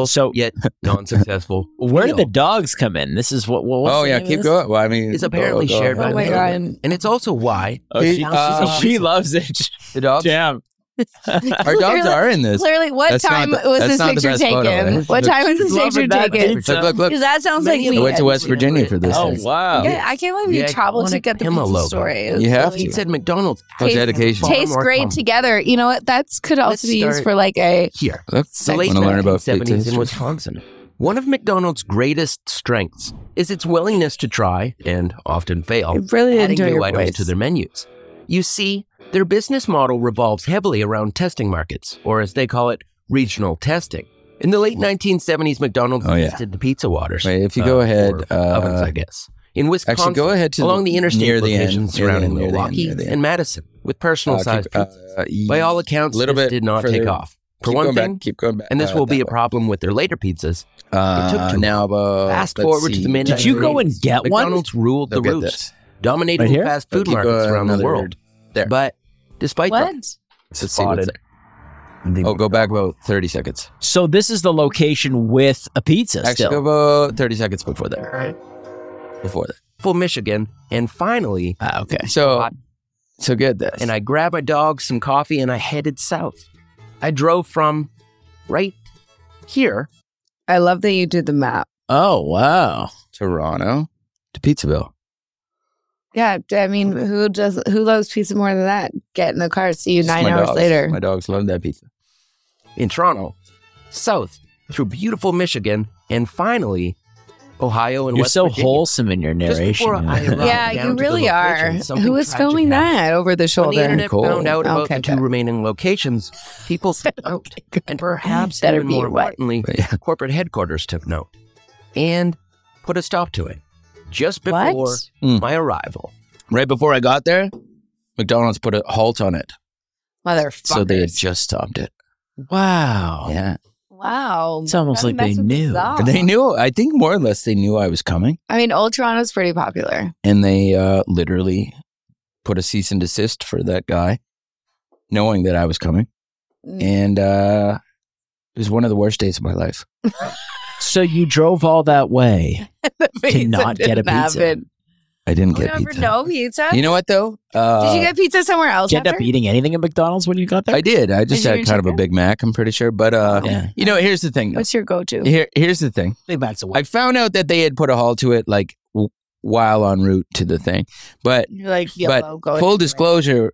So yet non-successful. where do meal the dogs come in? This is what. what what's oh the yeah, name of keep this? going. Well, I mean, It's apparently go- go shared ahead. oh by my the god! And it's also why Oh, He- she, uh, she loves it. The dogs. Damn. Our dogs Clearly- are in this. Clearly, what That's not time the- was that's this not the picture best photo, taken? right? What time was this Loving picture that taken? picture. Look, look, Because look. that sounds like Many of I the went we. to West Virginia for this. Oh thing. wow. Yeah, I can't believe you The traveled to iconic get the Pima pizza logo. story. You have to. Pizza at McDonald's That was Taste- dedication. Taste- Tastes Walmart great com. together. You know what? That could also Let's be used start- for like a here. Look, the I late want to learn about pizza 1970s in history. Wisconsin. One of McDonald's greatest strengths is its willingness to try and I often Oh, fail, really adding enjoy new your items voice. to their menus. You see, their business model revolves heavily around testing markets, or as they call it, regional testing. In the late 1970s, McDonald's Oh, yeah. tested the pizza waters. Wait, if you uh, go ahead, or uh, ovens, I guess. In Wisconsin, actually, go ahead to along the interstate near the locations end, surrounding near the end, near Milwaukee the end, near the and end. Madison, with personal Uh, sized keep- uh, pizzas. By all accounts, little this bit did not further- take off. For keep one going back, thing, keep going back, and this uh, will be that a way. problem with their later pizzas. Uh, It took too now, about, Fast let's forward to see. the mid- Did you go and get one? McDonald's ruled the Look at roost, this. dominating Right here? fast So food keep markets going around the another- world. there. But despite What? that, Let's see what's spotted. there. Oh, go back about 30 seconds. So this is the location with a pizza Actually, still. go about 30 seconds before that. Before that. full Michigan, and finally, Ah, okay. So, so get this. and I grabbed my dog, some coffee, and I headed south. I drove from right here I love that you did the map. Oh wow. Toronto to Pizzaville. Yeah, I mean, who does who loves pizza more than that? Get in the car, see you It's nine my hours dogs. later. My dogs love that pizza. in Toronto, south through beautiful Michigan, and finally, Ohio and You're West so Virginia. wholesome in your Just narration. before I arrived Yeah, down you to the really are. location, something Who was tragic filming happened. that over the When the shoulder? internet Cool. found out about Okay, the two good. remaining locations, people took note. And perhaps Better even be more what? importantly, Yeah. corporate headquarters took note and put a stop to it just What? before Mm. my arrival. Right before I got there, McDonald's put a halt on it. Motherfucker. So they had just stopped it. Oh. wow. Yeah. Wow. It's almost Gotta like they mess with the knew. czar. They knew. I think more or less they knew I was coming, I mean, Old Toronto's pretty popular. and they uh, literally put a cease and desist for that guy, knowing that I was coming. Mm-hmm. And uh, it was one of the worst days of my life. So you drove all that way. The pizza not get a didn't pizza. happen. I didn't You get never pizza. know pizza. You know what though? Uh, Did you get pizza somewhere else? Did you end up after? eating anything at McDonald's when you got there? I did. I Did just you had even kind of a check it? Big Mac. I'm pretty sure, but uh, Yeah. you know, here's the thing. What's your go-to? Here, here's the thing. Big Mac's a I found out that they had put a halt to it like w- while en route to the thing. But You're like but yellow. going full anywhere. disclosure,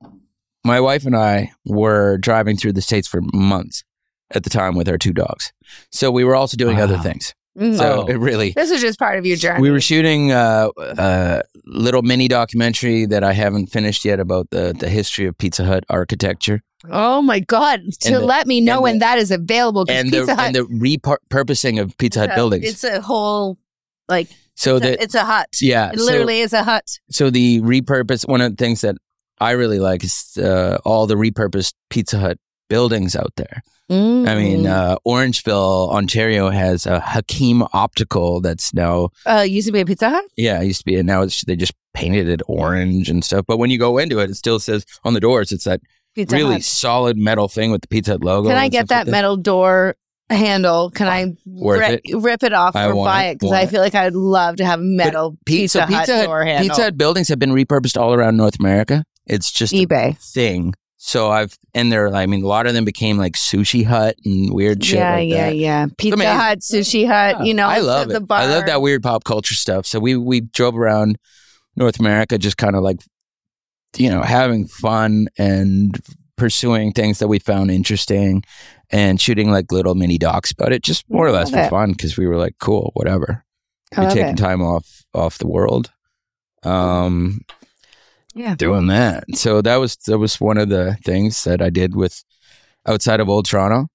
my wife and I were driving through the states for months at the time with our two dogs. So we were also doing other Wow. things. Mm. So Oh. it really This is just part of your journey. we were shooting uh, a little mini documentary that I haven't finished yet about the, the history of Pizza Hut architecture oh my god! To the- let me know and when the- that is available. 'cause and the, Pizza Hut, and the repurposing of Pizza Hut it's a- buildings. It's a whole like. so it's, that a, it's a hut. yeah, It so- literally is a hut. so the repurpose one of the things that i really like is uh, all the repurposed pizza hut buildings out there i mean Mm-hmm. uh, orangeville ontario has a hakim optical that's now uh, used to be a Pizza Hut. yeah it used to be and now it's they just painted it orange and stuff but when you go into it it still says on the doors it's that Pizza really Hut. solid metal thing with the pizza hut logo Can I and get stuff like that metal door handle? Can I Worth rip, rip it off I or want buy it, it? Because want I it. feel like I'd love to have metal Pizza, Pizza- Pizza Hut- Hut door handle. pizza hut buildings have been repurposed all around north america it's just a eBay. thing. So I've and there, I mean, a lot of them became like Sushi Hut and weird shit. yeah, like yeah, that. yeah. Pizza amazing. Hut, Sushi Hut. You know, I it's love at the it. I love bar. that weird pop culture stuff. So we we drove around North America, just kind of like you know having fun and pursuing things that we found interesting and shooting like little mini docs about it, just more or less Love for it. fun because we were like, cool, whatever. I You're love taking it. time off off the world. Um, Yeah. doing that. So that was that was one of the things that I did with outside of old Toronto.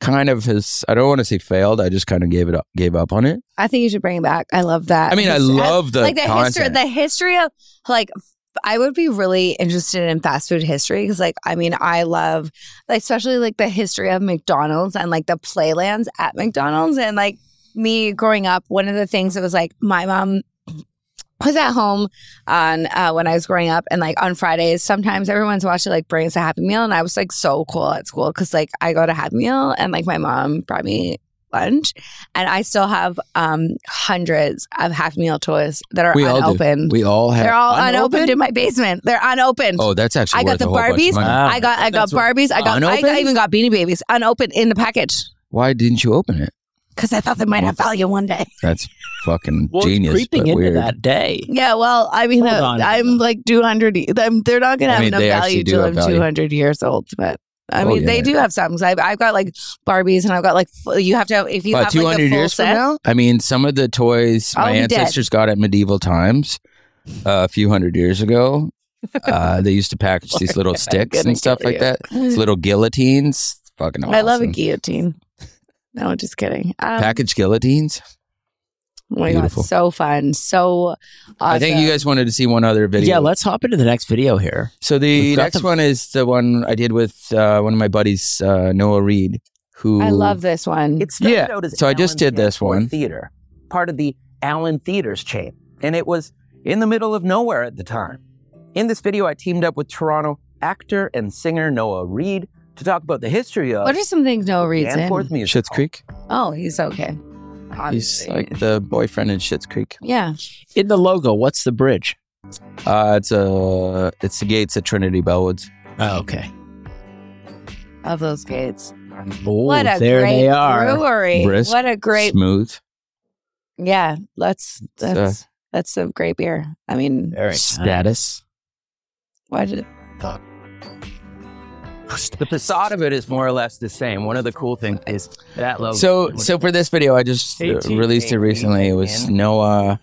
Kind of has I don't want to say failed. I just kind of gave it up, gave up on it. I think you should bring it back. I love that. I mean, I His- love the like the history. content. The history of like. I would be really interested in fast food history because, like, I mean, I love, like, especially like the history of McDonald's and like the playlands at McDonald's. And like me growing up, one of the things that was like my mom was at home on uh, when I was growing up, and like on Fridays, sometimes everyone's watching like brings a Happy Meal, and I was like so cool at school because like I got a Happy Meal, and like my mom brought me lunch, and I still have um hundreds of Happy Meal toys that are We all do. unopened. we all have They're all unopened? in my basement. They're unopened. Oh, that's actually I got worth the a whole bunch of Barbies. money. Wow. I got I got That's what- Barbies. I got I Unopened? got, even got Beanie Babies unopened in the package Why didn't you open it? because I thought they might have value one day. That's fucking Well, it's genius. creeping but into weird. that day. Yeah, well, I mean, Hold uh, on. I'm like 200. e- I'm, they're not going to I have mean, enough they actually value do till have I'm value. 200 years old, but. I Oh, mean, yeah, they yeah. do have some. 'cause I've, I've got like Barbies, and I've got like f- you have to have if you Wow, have like a full years set. Oh, from now? I mean, some of the toys my I'll be dead. ancestors got at medieval times uh, a few hundred years ago. Uh, they used to package these little sticks gonna and stuff kill like you. that. These little guillotines. Fucking awesome. I love a guillotine. No, just kidding. Um, Package guillotines. oh my God, beautiful. so fun, so. Awesome. I think you guys wanted to see one other video. Yeah, let's hop into the next video here. So We've the got next them. one is the one I did with uh, one of my buddies, uh, Noah Reed, who I love this one. It started Yeah. out as So I just Allen did this Danforth one. Theater, part of the Allen Theaters chain, and it was in the middle of nowhere at the time. In this video, I teamed up with Toronto actor and singer Noah Reed to talk about the history of what are some things no reason? Danforth Music Schitt's Hall. Creek. Oh, he's okay. He's Obviously. like the boyfriend in Schitt's Creek. yeah. In the logo, what's the bridge? Uh, it's a it's the gates at Trinity Bellwoods. Oh, okay. Of those gates. Oh, what a there great they are. brewery. Brisk, what a great smooth. Yeah, that's uh, that's that's some great beer. I mean, Very nice. status. why did The facade of it is more or less the same. One of the cool things is that logo. So, so for this video, I just uh, 18, released it 18, recently. It was and- Noah.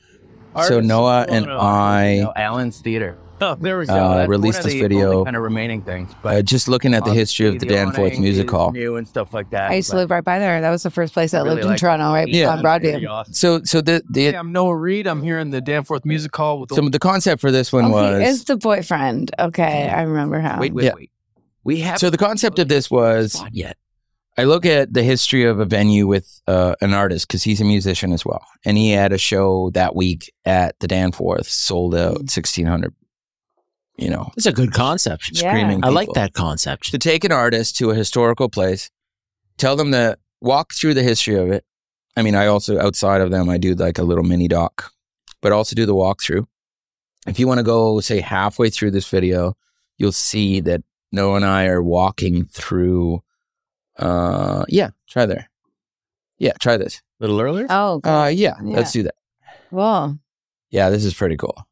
uh, So Noah and I, No, Allen's Theater. Oh, there we go. Uh, That's released one of this the video. only Kind kinda of remaining things, uh, just looking at the history of the Danforth Music Hall. new and stuff like that. I used to live right by there? That was the first place I Really lived in like- Toronto, right Yeah. on Broadview. So, so the Hey, the I'm Noah Reed. I'm here in the Danforth Music Hall with the so the concept for this one Oh, he was is the boyfriend. Okay, I remember how. Wait, wait, Yeah. wait. We have so the concept of this was not yet. I look at the history of a venue with uh, an artist because he's a musician as well, and he had a show that week at the Danforth, sold out sixteen hundred. You know, It's a good concept. Yeah. screaming. I like people. that concept. To take an artist to a historical place, tell them to walk through the history of it. I mean, I also outside of them, I do like a little mini doc, but also do the walkthrough. If you want to go, say halfway through this video, you'll see that Noah and I are walking through. Uh, yeah, try there. Yeah, try this. A little earlier? Oh, Uh, yeah, let's do that. cool. Yeah, this is pretty cool.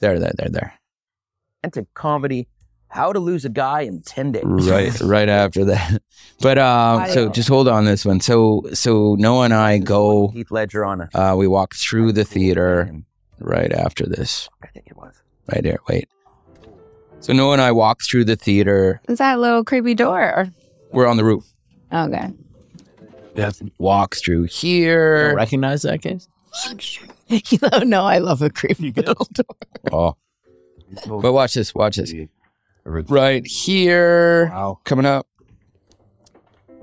There, there, there, there. romantic comedy, How to Lose a Guy in 10 Days. right right after that but um so Wow. just hold on this one so so noah and i go Heath Ledger on a uh we walk through the theater right after this I think it was. right here wait so noah and i walk through the theater Is that a little creepy door? we're on the roof Okay. walk through here Recognize that case? you don't know I love a creepy little door. oh but watch this watch this right here Wow. coming up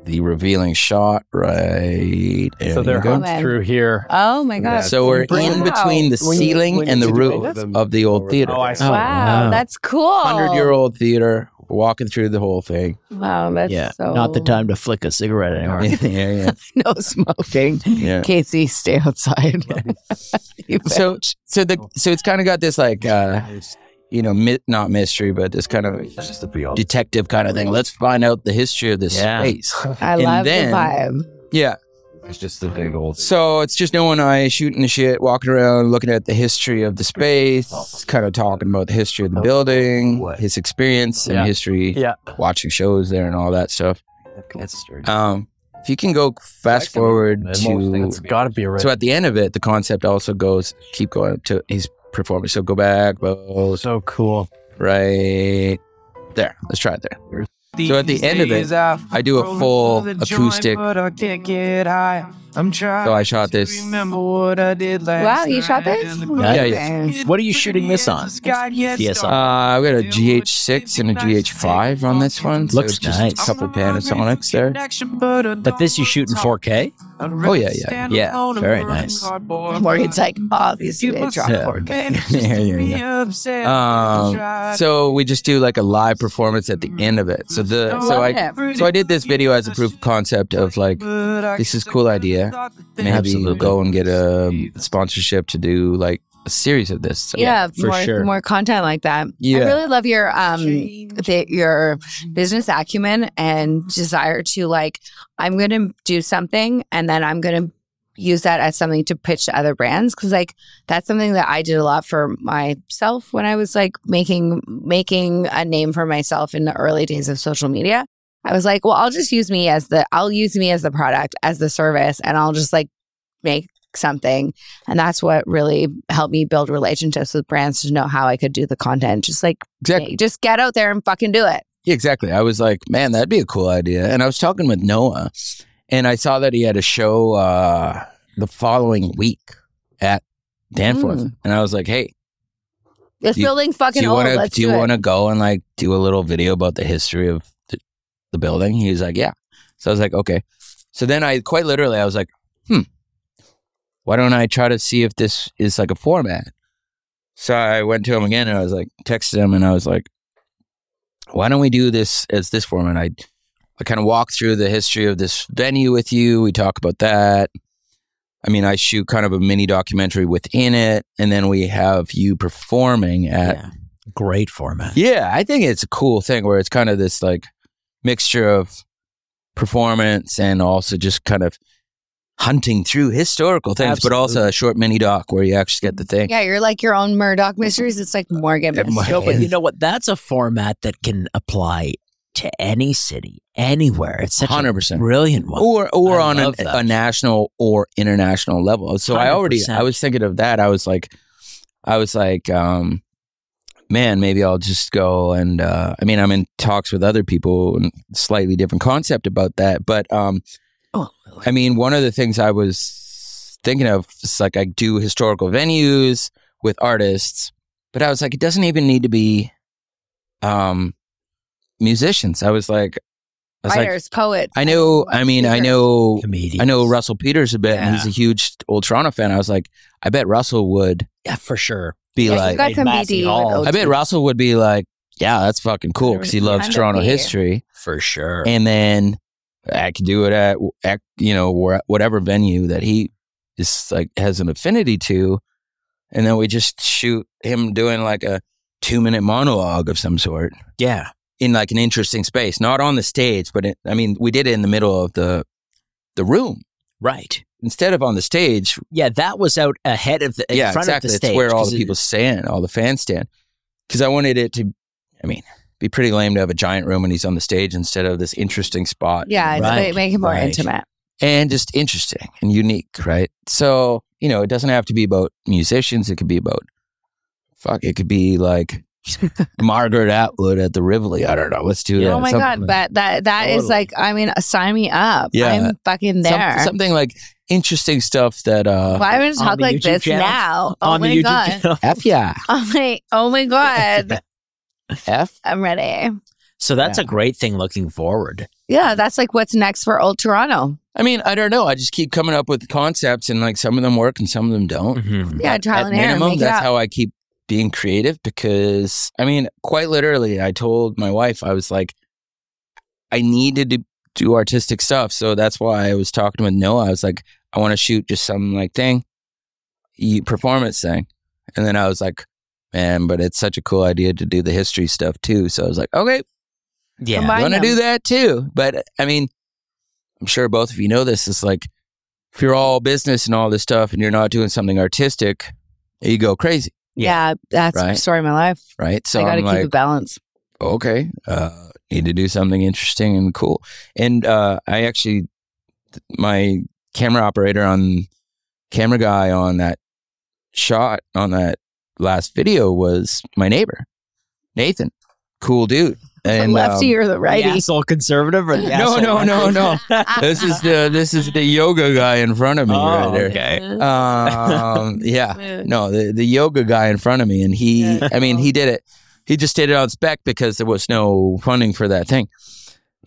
the revealing shot right there So you they're go. hung through here. Oh my God. so we're in between the ceiling and the roof of the old theater Oh, I see. Oh, wow, wow. that's cool. hundred year old theater, walking through the whole thing. Wow, that's yeah. so Not the time to flick a cigarette anymore. yeah, yeah, no smoking. yeah. Casey, stay outside. So, so the so it's kind of got this like, uh, you know, mi- not mystery, but this kind of Just to be all. detective kind of thing. Let's find out the history of this Yeah. space. I and love then- the vibe. Yeah. It's just the big old. So it's just Noah and I shooting the shit, walking around, looking at the history of the space, kind of talking about the history of the building, his experience and Yeah. history, Yeah. watching shows there and all that stuff. That's sturdy. Um, if you can go fast forward to It's got to be a red. So at the end of it, the concept also goes keep going to his performance. So go back, Oh, goes so cool. right there. Let's try it there. So at the end of it, I do a full acoustic. So I shot this. uh, Wow, you shot this? Yeah, yeah. Amazing. what are you shooting this on? Uh, DSLR. I've got a GH6 and a GH5 on this one. So Looks just nice. A couple Panasonics there. but this you shoot in 4K? Oh yeah, yeah, yeah. Very nice. Morgan's like, obviously, they dropped Yeah. Morgan. yeah, yeah, yeah. Um, so we just do like a live performance at the end of it. So the so I So I did this video as a proof of concept of like, this is a cool idea. Maybe Absolutely. go and get a um, sponsorship to do like a series of this. So, yeah, for more, sure. more content like that. Yeah. I really love your um the, your business acumen and desire to like I'm going to do something and then I'm going to use that as something to pitch to other brands cuz like that's something that I did a lot for myself when I was like making making a name for myself in the early days of social media. I was like, well, I'll just use me as the I'll use me as the product, as the service and I'll just like make something and that's what really helped me build relationships with brands to know how I could do the content. Just like, Exactly. hey, just get out there and fucking do it. Yeah, exactly. I was like, man, that'd be a cool idea. And I was talking with Noah, and I saw that he had a show uh, the following week at Danforth, Mm. and I was like, hey, This Do you- building do fucking you old. want to Let's do do, you it. want to go and like do a little video about the history of the, the building he was like yeah so i was like okay so then i quite literally i was like hmm why don't i try to see if this is like a format so i went to him again and i was like texted him and i was like why don't we do this as this format i i kind of walk through the history of this venue with you we talk about that I mean, I shoot kind of a mini documentary within it, and then we have you performing at Yeah. Great format. yeah, I think it's a cool thing where it's kind of this like mixture of performance and also just kind of hunting through historical things, but also a short mini doc where you actually get the thing. yeah, you're like your own Murdoch mysteries. It's like Morgan. Yeah, mysteries. Morgan. No, but you know what? That's a format that can apply to any city, anywhere. It's such a 100%. brilliant one. Or or I on an, love that. a national or international level. So I already 100%. I was thinking of that. I was like I was like um man, maybe I'll just go and uh I mean, I'm in talks with other people and slightly different concept about that, but um Oh, I mean, one of the things I was thinking of is like I do historical venues with artists, but I was like, it doesn't even need to be um musicians. I was like, I was like, Writers, poets. I know. I mean, I Peter. know. comedian. I know Russell Peters a bit, and he's a huge old Toronto fan. I was like, I bet Russell would Yeah, for sure. be Yeah, he's like, got some Massey BD with Hall. OG. I bet Russell would be like, yeah, that's fucking cool because he loves Kind of Toronto be. history. For sure. And then I could do it at, at you know where- whatever venue that he is like has an affinity to, and then we just shoot him doing like a two minute monologue of some sort yeah. in like an interesting space, not on the stage, but it, I mean, we did it in the middle of the the room Right. instead of on the stage. Yeah, that was out ahead of the in yeah, front exactly. of the stage. it's where all 'cause the it- people stand, all the fans stand, because I wanted it to. I mean, be pretty lame to have a giant room and he's on the stage instead of this interesting spot. Yeah, it's Right, ma- make it more right. intimate. and just interesting and unique, right? So, you know, it doesn't have to be about musicians. It could be about, fuck, it could be like Margaret Atwood at the Rivoli. I don't know. Let's do that. oh my Something god, like- but that that is Totally. like I mean, sign me up. Yeah. I'm fucking Some- there. something like interesting stuff that, uh, Why would I On talk the like YouTube this channel? now? Oh on my the YouTube god. channel. F yeah. Oh my oh my god. F. I'm ready. So that's a great thing looking forward. Yeah, that's like what's next for old Toronto. I mean, I don't know. I just keep coming up with concepts and like some of them work and some of them don't. Yeah, trial at and error. minimum, make it that's up. how I keep being creative because I mean, quite literally, I told my wife I was like, I needed to do artistic stuff, so that's why I was talking with Noah. I was like, I want to shoot just some like thing, you- performance thing, and then I was like, man, but it's such a cool idea to do the history stuff too. So I was like, okay, Yeah. Combine want to them. do that too. But I mean, I'm sure both of you know this. It's like if you're all business and all this stuff, and you're not doing something artistic, you go crazy, Yeah. Yeah, that's Right. the story of my life. right? So I gotta I'm keep like, a balance. okay, uh, need to do something interesting and cool. And uh, I actually, my camera operator on camera guy on that shot on that last video was my neighbor, Nathan. Cool dude. The And um, lefty or the righty. The asshole conservative or the No, no, no, no. this is the this is the yoga guy in front of me right there. okay. Uh, Um, yeah, no, the the yoga guy in front of me, and he, I mean, he did it. He just did it on spec because there was no funding for that thing.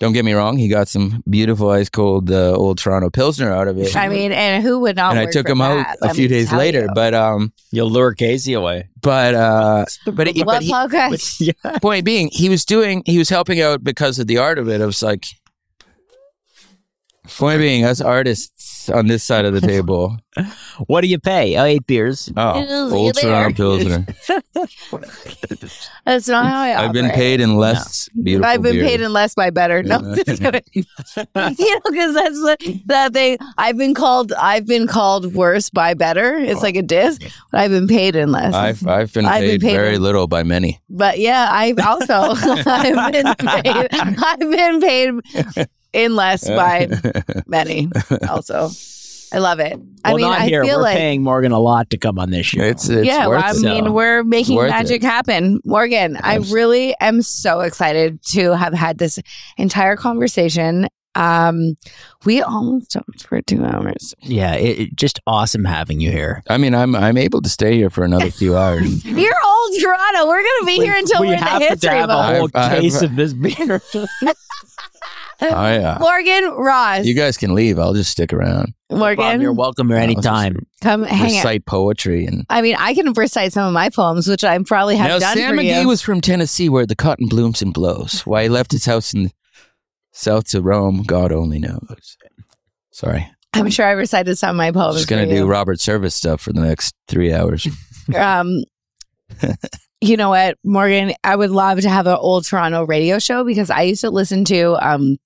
Don't get me wrong; he got some beautiful ice cold uh, old Toronto Pilsner out of it, I mean, and who would not? and I work took for him out that? a Let few me days tell later. you. But um, You'll lure Casey away. but uh, but, it, what but he, podcast? yeah. point being, he was doing, he was helping out because of the art of it. I was like, point being, us artists on this side of the table. What do you pay? Oh, eight beers. Oh, Ew, old you Toronto there. Pilsner. That's not how I. I've been operate. paid in less beautiful I've been beer. paid in less by better. No, Yeah. just kidding. you know, because that's the, that thing. I've been called. I've been called worse by better. It's like a diss. But I've been paid in less. I've, I've been I've been paid paid very in- little by many. but yeah, I've also I've been paid. I've been paid in less by many. Also, I love it. I well, mean, not I here. feel We're like paying Morgan a lot to come on this show. It's it's yeah, worth well, I it. mean, So, we're making worth magic happen. Morgan, I Yes. really am so excited to have had this entire conversation. Um, we almost talked for two hours. yeah, it, it- just awesome having you here. I mean, I'm I'm able to stay here for another few hours. You're old Toronto. We're gonna be here until we we are in have the to history have a book. whole I've- I've- case of this beer. I, uh, Morgan Ross. you guys can leave. I'll just stick around. Bob, you're Morgan, welcome here No, anytime. come hang out. Recite poetry and. I mean, I can recite some of my poems, which I probably have Now done Sam for McGee you. was from Tennessee, where the cotton blooms and blows. Why he left his house in south of Rome, God only knows. Sorry, I'm sure I recited some of my I'm poems. just gonna for do you. Robert Service stuff for the next three hours. um you know what morgan i would love to have an old toronto radio show because i used to listen to um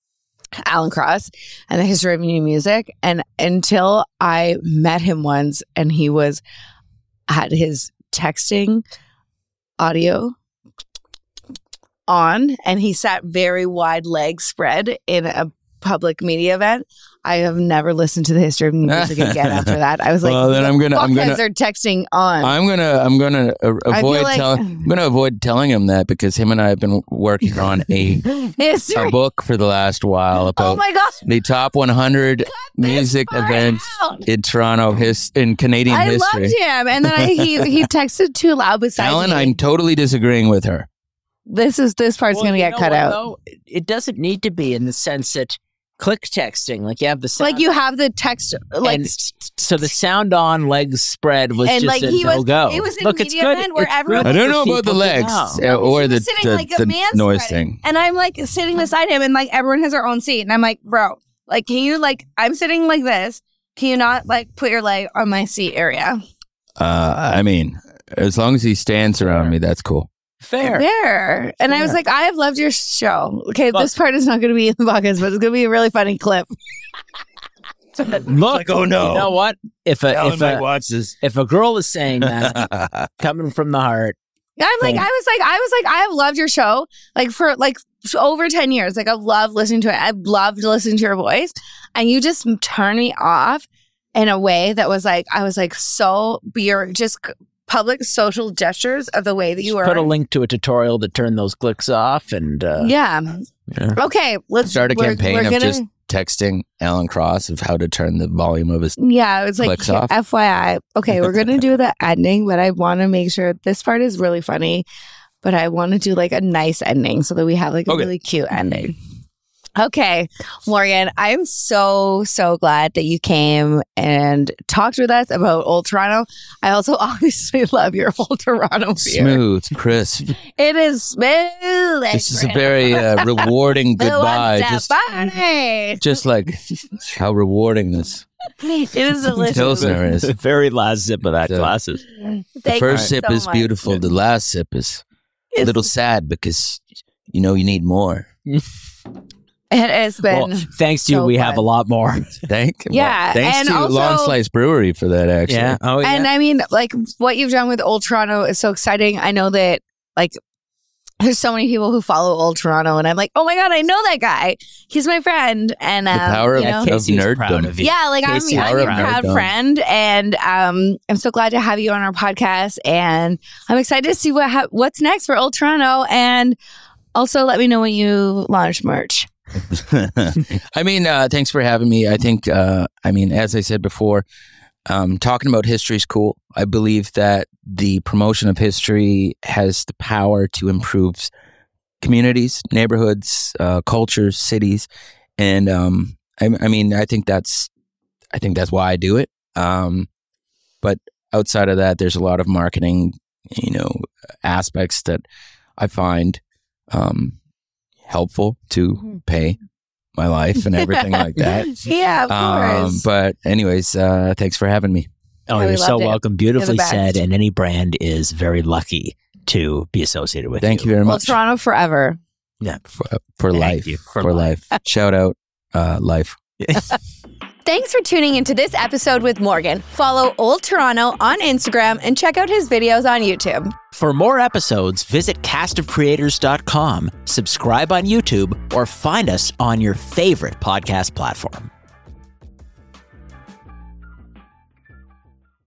alan cross and the history of new music and until i met him once and he was had his texting audio on and he sat very wide leg spread in a public media event i have never listened to the history of new music again after that i was like well, then I'm gonna I'm gonna Fuckheads are texting on. I'm gonna I'm gonna uh, Um, I feel avoid like- telling I'm gonna avoid telling him that because him and I have been working on a, It's- a book for the last while oh about my gosh, the top 100 music far events out. in Toronto his in Canadian I history. loved him, and then I, he he texted too loud beside Alan, me. I'm totally disagreeing with her. This is this part's Well, gonna you get know cut what, out. though? It doesn't need to be in the sense that click texting, like you have the sound, Like you have the text, like and s- so the sound on legs spread was And, just like, a he no was- go. it was in Look, it's media good. men where It's good everyone- for I don't know about the people to legs know. uh, or He the, Oh. was sitting the, like a the man noise spreading. thing. and I'm like sitting beside him, and like everyone has their own seat, and I'm like, bro, like can you like I'm sitting like this, can you not like put your leg on my seat area? Uh, I mean, as long as he stands around me, that's cool. Fair. There. And I was like, I have loved your show. Okay, this part is not going to be in the podcast, but it's going to be a really funny clip. Look, Like, oh, no. You know what? If a Alan if a, uh, might watch this. if a girl is saying that, coming from the heart, Yeah, I'm like, Thank- I was like, I was like, I have loved your show like for like f- over 10 years. Like, I've loved listening to it. I've loved listening to your voice. And you just m- turned me off in a way that was like, I was like, so your just c- public social gestures of the way that you just were. put a link to a tutorial to turn those clicks off, and uh, yeah. Yeah. Okay. Let's Start a we're- campaign we're of gonna- just texting Alan Cross of how to turn the volume of his. Yeah, it's like Clicks off. FYI. Okay, we're gonna do the ending, but I want to make sure this part is really funny. But I want to do like a nice ending so that we have like a Okay. really cute ending. Okay, Morgan, I'm so so glad that you came and talked with us about Old Toronto. I also obviously love your Old Toronto beer. Smooth, crisp. It is smooth. This is a very uh, rewarding goodbye. Just, just like how rewarding this It is delicious. Pilsner is. The very last zip of that So- glasses. Thank first you sip so is much. beautiful. The last sip is a It's- little sad because you know you need more. It has been. Well, thanks to you, so we fun. have a lot more. Thank Yeah, Thanks and to also- Long Slice Brewery for that. Actually, Oh And I mean, like what you've done with Old Toronto is so exciting. I know that like there's so many people who follow Old Toronto, and I'm like, oh my god, I know that guy. He's my friend, and um, the power of, you know, of Casey's proud nerddom. of you. yeah, like I'm, I'm Casey, your power of proud nerddom. friend, and um, I'm so glad to have you on our podcast, and I'm excited to see what ha- what's next for Old Toronto, and also let me know when you launch merch. I mean, uh, thanks for having me. I think, uh, I mean, as I said before, um, talking about history is cool. I believe that the promotion of history has the power to improve communities, neighborhoods, uh, cultures, cities, and um, I, I mean, I think that's, I think that's why I do it. Um, but outside of that, there's a lot of marketing, you know, aspects that I find um, helpful to pay my life and everything like that. Yeah, of Um, course. but anyways, uh, thanks for having me. Oh, Yeah, we you're so loved it. welcome. Beautifully best. said. And any brand is very lucky to be associated with. Thank you very Old much Toronto forever. Yeah. for, for Thank life. you. For, For life. Shout out, uh, life. Thanks for tuning into this episode with Morgan. Follow Old Toronto on Instagram and check out his videos on YouTube. For more episodes, visit castofcreators.com, subscribe on YouTube, or find us on your favorite podcast platform.